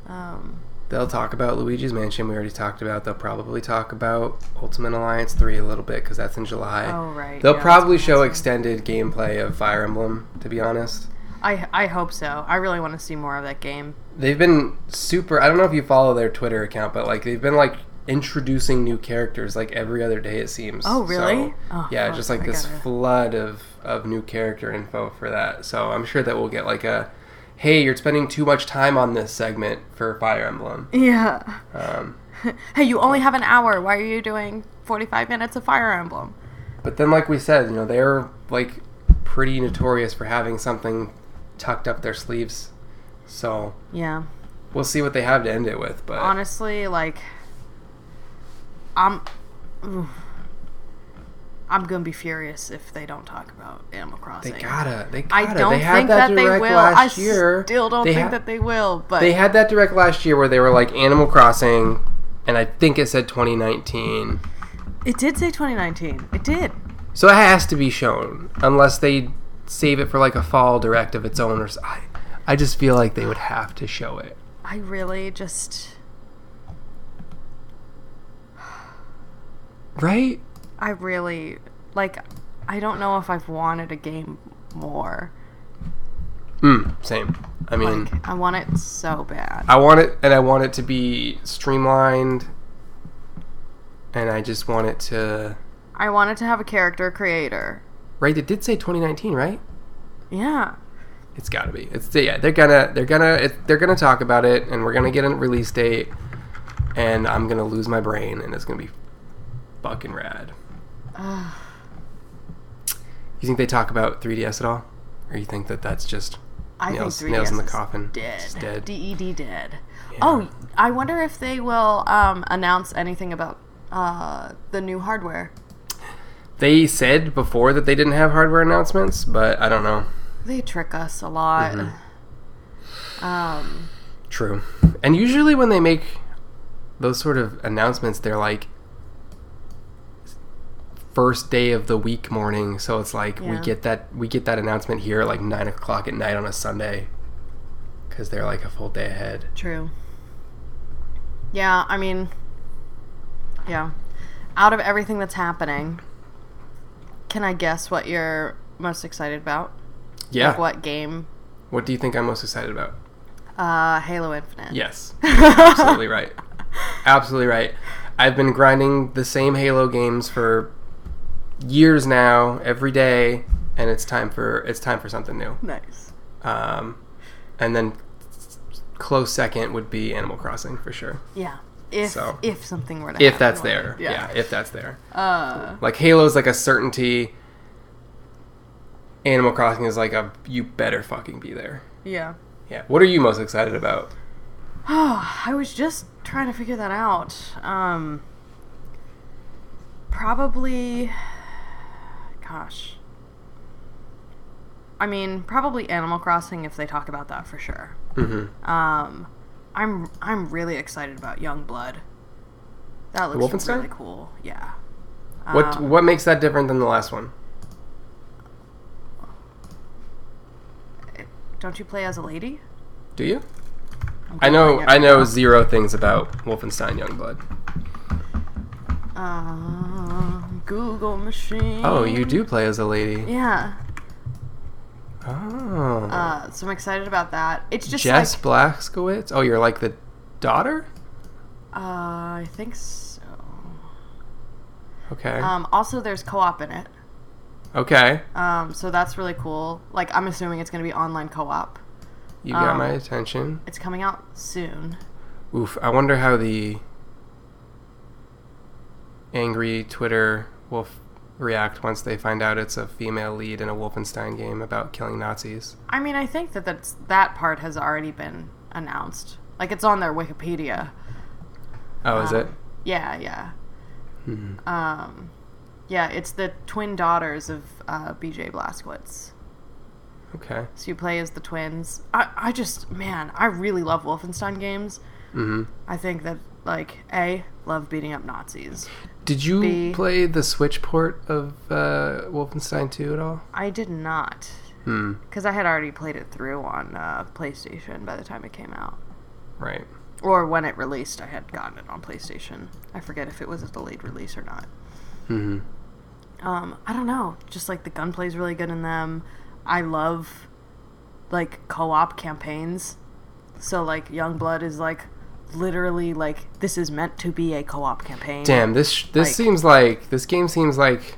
Speaker 2: Um,
Speaker 1: They'll talk about Luigi's Mansion. We already talked about. They'll probably talk about Ultimate Alliance Three a little bit because that's in July.
Speaker 2: oh right.
Speaker 1: They'll
Speaker 2: yeah, that's
Speaker 1: probably
Speaker 2: the
Speaker 1: show
Speaker 2: last
Speaker 1: extended gameplay of Fire Emblem. To be honest,
Speaker 2: one. I I hope so. I really want to see more of that game. *laughs*
Speaker 1: they've been super. I don't know if you follow their Twitter account, but like they've been like introducing new characters like every other day. It seems.
Speaker 2: Oh, really?
Speaker 1: So,
Speaker 2: Oh,
Speaker 1: yeah,
Speaker 2: fuck,
Speaker 1: just like
Speaker 2: I
Speaker 1: this
Speaker 2: gotta-
Speaker 1: flood of of new character info for that. So I'm sure that we'll get like a, hey, you're spending too much time on this segment for Fire Emblem.
Speaker 2: Yeah.
Speaker 1: Um,
Speaker 2: Hey, you only have an hour. Why are you doing 45 minutes of Fire Emblem?
Speaker 1: but then, like we said, you know they're like pretty notorious for having something tucked up their sleeves. So
Speaker 2: Yeah.
Speaker 1: we'll see what they have to end it with. But
Speaker 2: Honestly, like I'm oof. I'm going to be furious if they don't talk about Animal
Speaker 1: They
Speaker 2: Crossing.
Speaker 1: gotta. They
Speaker 2: I
Speaker 1: gotta.
Speaker 2: don't
Speaker 1: they had
Speaker 2: think
Speaker 1: that,
Speaker 2: that, they
Speaker 1: direct
Speaker 2: will. I
Speaker 1: last year.
Speaker 2: still don't
Speaker 1: They
Speaker 2: think
Speaker 1: ha-
Speaker 2: that they will, but
Speaker 1: They had that direct last year where they were like Animal Crossing, and I think it said 2019.
Speaker 2: it did say 2019. It did.
Speaker 1: So it has to be shown unless they save it for like a fall direct of its own. Or s- I, I just feel like they would have to show it.
Speaker 2: I really just
Speaker 1: Right?
Speaker 2: I really like I don't know if I've wanted a game more.
Speaker 1: Mm, same. I mean,
Speaker 2: Like I want it so bad.
Speaker 1: I want it, and I want it to be streamlined, and I just want it to.
Speaker 2: I wanted to have a character creator.
Speaker 1: Right? It did say 2019, right?
Speaker 2: Yeah.
Speaker 1: It's got to be. It's yeah. They're gonna they're gonna it, they're gonna talk about it, and we're gonna get a release date, and I'm gonna lose my brain, and it's gonna be fucking rad. you think they talk about 3ds at all, or you think that that's just
Speaker 2: I
Speaker 1: nails
Speaker 2: think 3DS
Speaker 1: nails in the
Speaker 2: is
Speaker 1: coffin?
Speaker 2: Dead.
Speaker 1: It's dead.
Speaker 2: DED dead. Oh, I wonder if they will um, announce anything about uh, the new hardware.
Speaker 1: They said before that they didn't have hardware announcements, but I don't know.
Speaker 2: They trick us a lot.
Speaker 1: Mm-hmm.
Speaker 2: Um,
Speaker 1: True. And usually when they make those sort of announcements, they're like first day of the week morning. So it's like we
Speaker 2: Yeah.
Speaker 1: get that we get that announcement here at like nine o'clock at night on a Sunday because they're like a full day ahead.
Speaker 2: true. Yeah, I mean, yeah. Out of everything that's happening, can I guess what you're most excited about?
Speaker 1: Yeah.
Speaker 2: Like
Speaker 1: what?
Speaker 2: what game?
Speaker 1: do you think I'm most excited about?
Speaker 2: Uh, Halo Infinite. *laughs*
Speaker 1: Yes, absolutely right. Absolutely right. I've been grinding the same Halo games for years now, every day, and it's time for it's time for something new.
Speaker 2: Nice.
Speaker 1: Um, and then close second would be Animal Crossing for sure.
Speaker 2: Yeah. If
Speaker 1: So-
Speaker 2: if something were to
Speaker 1: If
Speaker 2: happen
Speaker 1: that's
Speaker 2: with it.
Speaker 1: there. Yeah. if that's there.
Speaker 2: Uh,
Speaker 1: Like Halo's like a certainty. Animal Crossing is like a you better fucking be there.
Speaker 2: yeah.
Speaker 1: Yeah. What are you most excited about?
Speaker 2: Oh, *sighs* I was just trying to figure that out. Um, probably, gosh. I mean, probably Animal Crossing if they talk about that for sure.
Speaker 1: Mhm.
Speaker 2: Um, I'm I'm really excited about Young Blood. That looks
Speaker 1: Wolfenstein?
Speaker 2: really cool. Yeah.
Speaker 1: What
Speaker 2: Um,
Speaker 1: what makes that different than the last one?
Speaker 2: Don't you play as a lady?
Speaker 1: Do you?
Speaker 2: I'm
Speaker 1: I know
Speaker 2: Googling it
Speaker 1: I
Speaker 2: right
Speaker 1: know zero things about Wolfenstein Youngblood.
Speaker 2: now. Uh, Google machine.
Speaker 1: Oh, you do play as a lady.
Speaker 2: Yeah.
Speaker 1: Oh.
Speaker 2: Uh, so I'm excited about that. It's just
Speaker 1: Jess
Speaker 2: like
Speaker 1: Blaskowitz. Oh, you're like the daughter?
Speaker 2: Uh, I think so.
Speaker 1: Okay.
Speaker 2: Um, also, there's co-op in it,
Speaker 1: okay.
Speaker 2: um, so that's really cool. Like, I'm assuming it's going to be online co-op.
Speaker 1: You got
Speaker 2: um,
Speaker 1: my attention.
Speaker 2: It's coming out soon.
Speaker 1: Oof, I wonder how the angry Twitter will f- react once they find out it's a female lead in a Wolfenstein game about killing Nazis.
Speaker 2: I mean, I think that that's, that part has already been announced. Like, it's on their Wikipedia.
Speaker 1: Oh, is
Speaker 2: Wow.
Speaker 1: it?
Speaker 2: Yeah, yeah,
Speaker 1: Mhm.
Speaker 2: um, yeah. It's the twin daughters of uh, B.J. Blazkowicz.
Speaker 1: Okay.
Speaker 2: So you play as the twins. I, I just, man, I really love Wolfenstein games.
Speaker 1: hmm
Speaker 2: I think that, like, a love beating up Nazis.
Speaker 1: Did you
Speaker 2: B.
Speaker 1: play the Switch port of uh, Wolfenstein 2 at all?
Speaker 2: I did not,
Speaker 1: Hmm.
Speaker 2: because I had already played it through on uh, PlayStation by the time it came out,
Speaker 1: Right.
Speaker 2: or when it released. I had gotten it on PlayStation. I forget if it was a delayed release or not.
Speaker 1: hmm
Speaker 2: Um, I don't know. Just like the gunplay's really good in them. I love like co-op campaigns. So like Youngblood is like literally like this is meant to be a co-op campaign.
Speaker 1: Damn, this sh- this
Speaker 2: Like-
Speaker 1: seems like this game seems like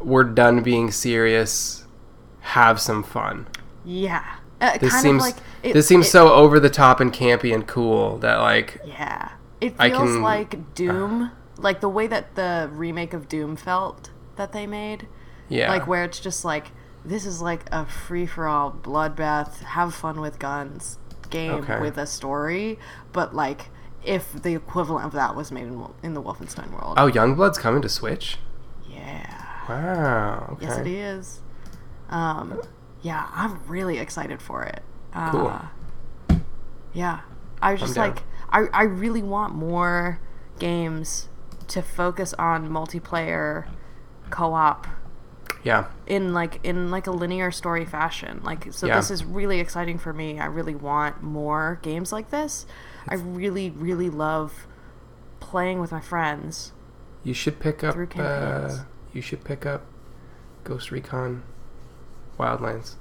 Speaker 1: we're done being serious. Have some fun.
Speaker 2: Yeah. Uh,
Speaker 1: This
Speaker 2: kind
Speaker 1: seems
Speaker 2: of like it,
Speaker 1: this seems
Speaker 2: it-
Speaker 1: so over the top and campy and cool that like
Speaker 2: Yeah. It
Speaker 1: I
Speaker 2: feels
Speaker 1: can- uh,
Speaker 2: like Doom, like the way that the remake of Doom felt that they made,
Speaker 1: yeah
Speaker 2: like where it's just like this is like a free for all bloodbath, have fun with guns game
Speaker 1: Okay.
Speaker 2: with a story, but like if the equivalent of that was made in, Wol- in the Wolfenstein world.
Speaker 1: oh Youngblood's coming to Switch.
Speaker 2: Yeah.
Speaker 1: Wow. Okay.
Speaker 2: Yes it is. Um yeah, I'm really excited for it. Uh,
Speaker 1: Cool.
Speaker 2: Yeah. I was just
Speaker 1: down.
Speaker 2: like, I, I really want more games to focus on multiplayer co op
Speaker 1: yeah.
Speaker 2: in like in like a linear story fashion. Like so
Speaker 1: Yeah.
Speaker 2: this is really exciting for me. I really want more games like this. I really, really love playing with my friends.
Speaker 1: You should pick up.
Speaker 2: Through campaigns.
Speaker 1: Uh, you should pick up Ghost Recon Wildlands.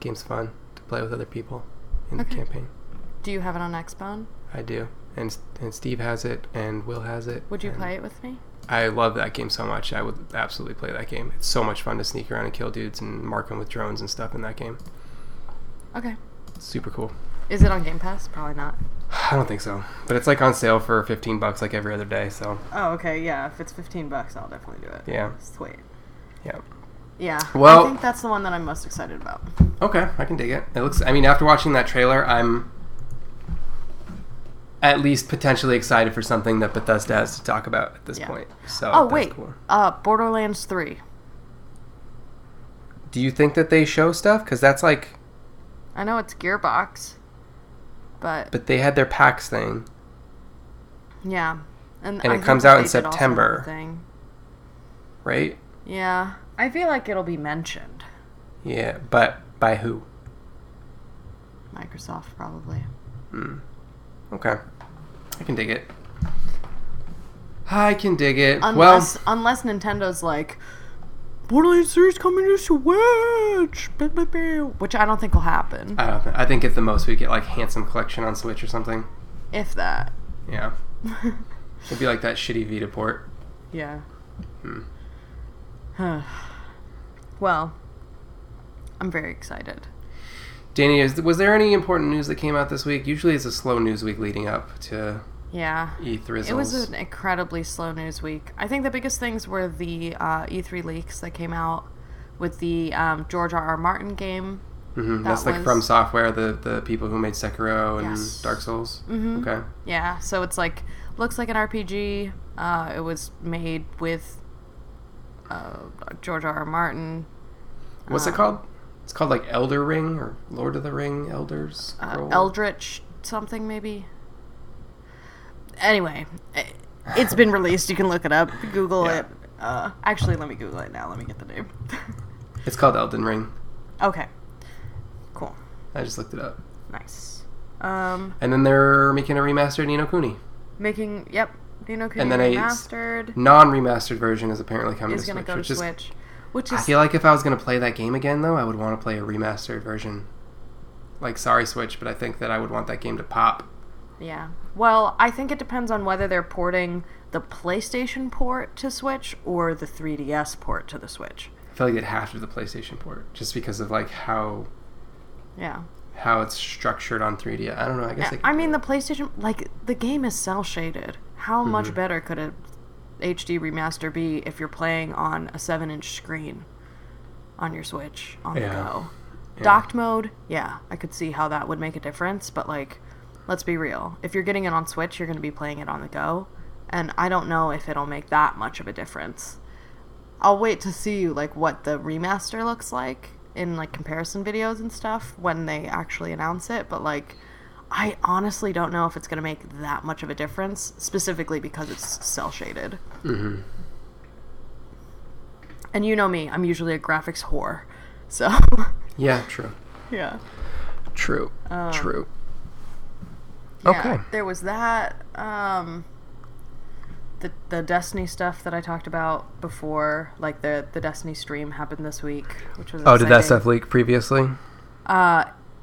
Speaker 1: Game's fun to play with other people in the
Speaker 2: Okay.
Speaker 1: campaign.
Speaker 2: Do you have it on Xbone?
Speaker 1: I do, and and Steve has it, and Will has it.
Speaker 2: Would you
Speaker 1: and-
Speaker 2: play it with me?
Speaker 1: I love that game so much. I would absolutely play that game. It's so much fun to sneak around and kill dudes and mark them with drones and stuff in that game.
Speaker 2: Okay.
Speaker 1: It's super cool.
Speaker 2: Is it on Game Pass? Probably not.
Speaker 1: *sighs* I don't think so, but it's like on sale for 15 bucks like every other day. So
Speaker 2: Oh, okay. Yeah. If it's 15 bucks, I'll definitely do it.
Speaker 1: yeah,
Speaker 2: Sweet.
Speaker 1: yeah.
Speaker 2: Yeah.
Speaker 1: Well-
Speaker 2: I think that's the one that I'm most excited about.
Speaker 1: Okay, I can dig it. It looks. I mean, after watching that trailer, I'm at least potentially excited for something that Bethesda has to talk about at this
Speaker 2: Yeah.
Speaker 1: point. So
Speaker 2: Oh,
Speaker 1: that's
Speaker 2: wait.
Speaker 1: cool.
Speaker 2: Uh, Borderlands 3.
Speaker 1: Do you think that they show stuff? Because that's like,
Speaker 2: I know it's Gearbox, but,
Speaker 1: but they had their PAX thing.
Speaker 2: yeah.
Speaker 1: And
Speaker 2: I
Speaker 1: it
Speaker 2: think
Speaker 1: comes
Speaker 2: that
Speaker 1: out in
Speaker 2: they did also have a
Speaker 1: September.
Speaker 2: Thing.
Speaker 1: right?
Speaker 2: Yeah. I feel like it'll be mentioned.
Speaker 1: Yeah, but by who?
Speaker 2: Microsoft, probably.
Speaker 1: Hmm. Okay, I can dig it. I can dig it. well,
Speaker 2: Unless, unless Nintendo's like, Borderlands 3 is coming to Switch! Blah, blah, blah," Which I don't think will happen.
Speaker 1: I don't. Know. I think at the most we get like handsome collection on Switch or something.
Speaker 2: if that. *laughs*
Speaker 1: Yeah, it'd be like that shitty Vita port.
Speaker 2: Yeah.
Speaker 1: hmm.
Speaker 2: Huh. *sighs* well, I'm very excited.
Speaker 1: Danny, is, was there any important news that came out this week? Usually, it's a slow news week leading up to
Speaker 2: Yeah.
Speaker 1: E thrizzles.
Speaker 2: It was an incredibly slow news week. I think the biggest things were the uh, E3 leaks that came out with the um, George R. R. Martin game.
Speaker 1: Mhm, That's
Speaker 2: that
Speaker 1: like
Speaker 2: was-
Speaker 1: from Software, the the people who made Sekiro and
Speaker 2: Yes.
Speaker 1: Dark Souls.
Speaker 2: Mhm.
Speaker 1: Okay,
Speaker 2: Yeah, so it's like looks like an RPG. Uh, it was made with uh, George R. R. Martin.
Speaker 1: what's it
Speaker 2: Uh,
Speaker 1: called? It's called like Elder Ring or Lord of the Ring, Elders.
Speaker 2: uh, Eldritch something maybe. Anyway, i- it's been released. You can look it up. Google
Speaker 1: Yeah.
Speaker 2: it. Uh, actually, let me Google it now. Let me get the name. *laughs*
Speaker 1: It's called Elden Ring.
Speaker 2: okay, cool,
Speaker 1: I just looked it up.
Speaker 2: nice. Um,
Speaker 1: And then they're making a remastered Nino Kuni.
Speaker 2: making yep, Nino Kuni
Speaker 1: And then I-
Speaker 2: remastered
Speaker 1: Non-remastered version is apparently coming
Speaker 2: is
Speaker 1: to
Speaker 2: going
Speaker 1: Switch,
Speaker 2: to go to
Speaker 1: which is.
Speaker 2: Switch, which
Speaker 1: I
Speaker 2: is
Speaker 1: feel like if I was going to play that game again, though, I would want to play a remastered version. Like, sorry, Switch, but I think that I would want that game to pop.
Speaker 2: yeah. Well, I think it depends on whether they're porting the PlayStation port to Switch or the 3DS port to the Switch.
Speaker 1: I feel like it'd have to be the PlayStation port, just because of like how
Speaker 2: Yeah.
Speaker 1: how it's structured on 3D. I don't know. I guess.
Speaker 2: Yeah,
Speaker 1: could
Speaker 2: I
Speaker 1: do
Speaker 2: mean,
Speaker 1: it. Mm-hmm.
Speaker 2: the PlayStation, like, the game is cell shaded. How much better could a HD remaster be if you're playing on a 7 inch screen on your Switch on
Speaker 1: Yeah.
Speaker 2: the go?
Speaker 1: Yeah.
Speaker 2: Docked mode, yeah, I could see how that would make a difference, but, like, let's be real. If you're getting it on Switch, you're going to be playing it on the go, and I don't know if it'll make that much of a difference. I'll wait to see like what the remaster looks like in like comparison videos and stuff when they actually announce it, but like I honestly don't know if it's going to make that much of a difference specifically because it's cell shaded. Mhm.
Speaker 1: Mm-hmm.
Speaker 2: And you know me, I'm usually a graphics whore. So, *laughs*
Speaker 1: yeah, true,
Speaker 2: yeah.
Speaker 1: true,
Speaker 2: Um,
Speaker 1: true. Okay.
Speaker 2: There was that um the the Destiny stuff that I talked about before, like the the Destiny stream happened this week, which was
Speaker 1: Oh, did that
Speaker 2: exciting.
Speaker 1: stuff leak previously?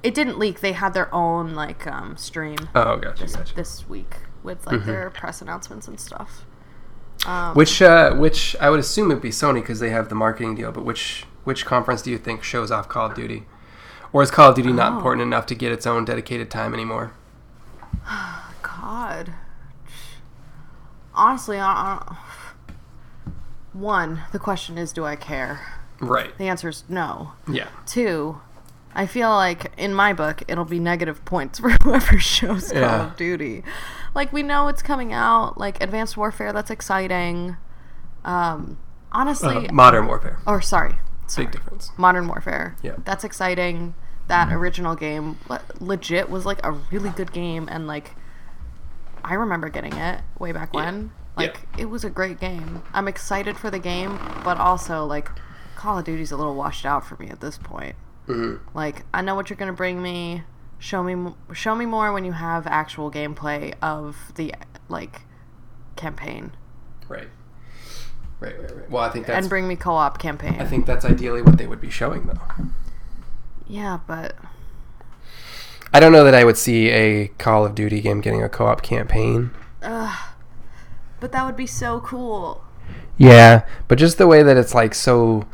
Speaker 2: it didn't leak. They had their own like um, stream
Speaker 1: Oh, gotcha, gotcha. Mm-hmm.
Speaker 2: this week with like their press announcements and stuff. um,
Speaker 1: Which, uh, which I would assume it'd be Sony because they have the marketing deal. But which which conference do you think shows off Call of Duty, or is Call of Duty
Speaker 2: Oh.
Speaker 1: not important enough to get its own dedicated time anymore?
Speaker 2: God, honestly, I, I, one the question is, do I care?
Speaker 1: Right.
Speaker 2: The answer is no.
Speaker 1: Yeah.
Speaker 2: Two, I feel like in my book it'll be negative points *laughs* for whoever shows Call
Speaker 1: Yeah.
Speaker 2: of Duty. Like we know it's coming out, like Advanced Warfare, that's exciting. Um, honestly,
Speaker 1: Uh, Modern Warfare.
Speaker 2: or sorry, sorry.
Speaker 1: Big difference.
Speaker 2: Modern Warfare.
Speaker 1: Yeah.
Speaker 2: That's exciting. That original game le- legit was like a really good game and like I remember getting it way back when. Like it was a great game. I'm excited for the game, but also like Call of Duty's a little washed out for me at this point.
Speaker 1: Mm-hmm.
Speaker 2: Like I know what you're going to bring me. Show me m- show me more when you have actual gameplay of the like campaign
Speaker 1: Right. Right. Right. Right. Well, I think that's
Speaker 2: and bring me co-op campaign.
Speaker 1: I think that's ideally what they would be showing, though.
Speaker 2: yeah, but
Speaker 1: I don't know that I would see a Call of Duty game getting a co-op campaign.
Speaker 2: But that would be so cool.
Speaker 1: Yeah, but just the way that it's like so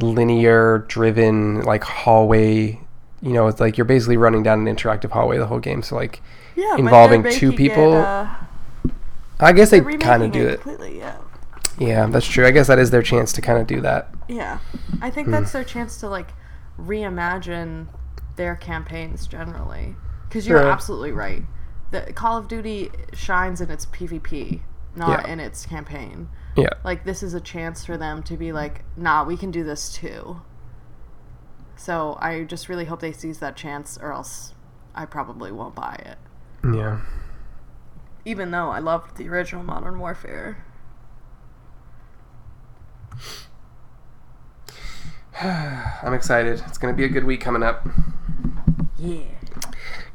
Speaker 1: linear driven, like hallway. You know, it's like you're basically running down an interactive hallway the whole game. So like,
Speaker 2: Yeah,
Speaker 1: Involving two people?
Speaker 2: uh,
Speaker 1: I guess they kind of do it.
Speaker 2: Completely, yeah.
Speaker 1: Yeah, that's true. I guess that is their chance to kind of do that.
Speaker 2: Yeah, I
Speaker 1: Hmm.
Speaker 2: think that's their chance to like reimagine their campaigns generally. Because you're
Speaker 1: Sure.
Speaker 2: absolutely right. The Call of Duty shines in its PvP, not
Speaker 1: Yeah.
Speaker 2: in its campaign.
Speaker 1: Yeah,
Speaker 2: Like this is a chance for them to be like, nah, we can do this too. So I just really hope they seize that chance, or else I probably won't buy it.
Speaker 1: yeah.
Speaker 2: Even though I loved the original Modern Warfare.
Speaker 1: I'm excited. It's gonna be a good week coming up.
Speaker 2: Yeah.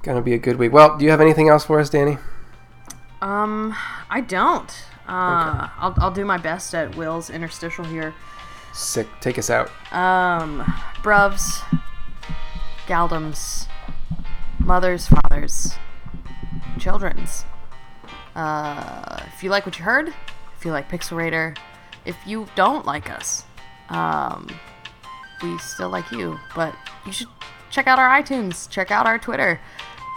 Speaker 1: Gonna be a good week. Well, do you have anything else for us, Danny?
Speaker 2: Um, I don't. Uh, I'll, I'll do my best at Will's interstitial here.
Speaker 1: Sick. Take us out.
Speaker 2: Um, bruvs, galdums, mothers, fathers, children's. Uh, if you like what you heard, if you like Pixelator, if you don't like us, um, we still like you, but you should check out our iTunes, check out our Twitter.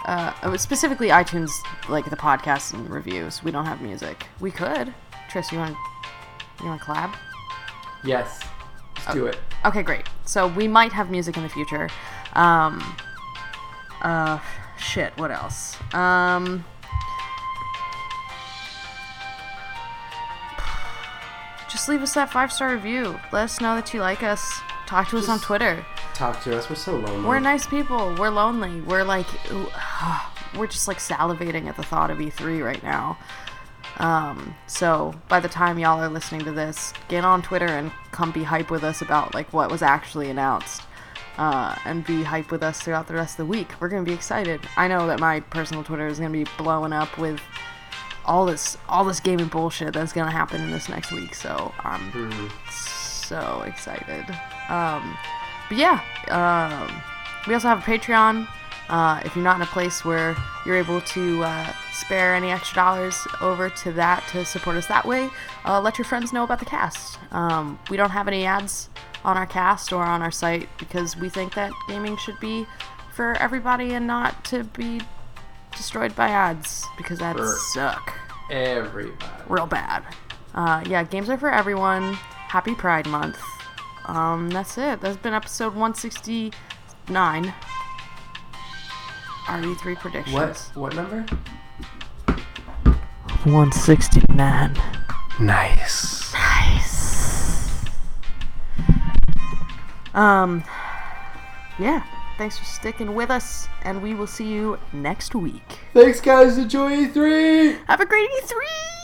Speaker 2: Uh, oh, specifically iTunes, like the podcasts and reviews. We don't have music. We could. Tris, you want you want to collab?
Speaker 1: Yes. Let's do it.
Speaker 2: Okay, great. So we might have music in the future. Um, uh, shit. What else? Um, *sighs* just leave us that five star review. Let us know that you like us. Talk to us on Twitter.
Speaker 1: Talk to us. We're so lonely.
Speaker 2: We're nice people. We're lonely. We're like, *sighs* ooh, we're just like salivating at the thought of E3 right now. Um, so by the time y'all are listening to this, get on Twitter and come be hype with us about like what was actually announced. Uh, and be hype with us throughout the rest of the week. We're gonna be excited. I know that my personal Twitter is gonna be blowing up with all this all this gaming bullshit that's gonna happen in this next week. So um, I'm so excited. Um, but yeah, um, we also have a Patreon. Uh, if you're not in a place where you're able to uh, spare any extra dollars over to that to support us that way, uh, let your friends know about the cast. Um, we don't have any ads on our cast or on our site because we think that gaming should be for everybody and not to be destroyed by ads because ads
Speaker 1: Sure.
Speaker 2: suck
Speaker 1: Everybody.
Speaker 2: real bad. Uh, yeah, games are for everyone. Happy Pride Month. Um, that's it. That's been episode 169. RE3 E predictions.
Speaker 1: What number?
Speaker 2: 169.
Speaker 1: Nice.
Speaker 2: Nice. Um, yeah. Thanks for sticking with us, and we will see you next week.
Speaker 1: Thanks, guys. Enjoy E E3.
Speaker 2: Have a great E E3!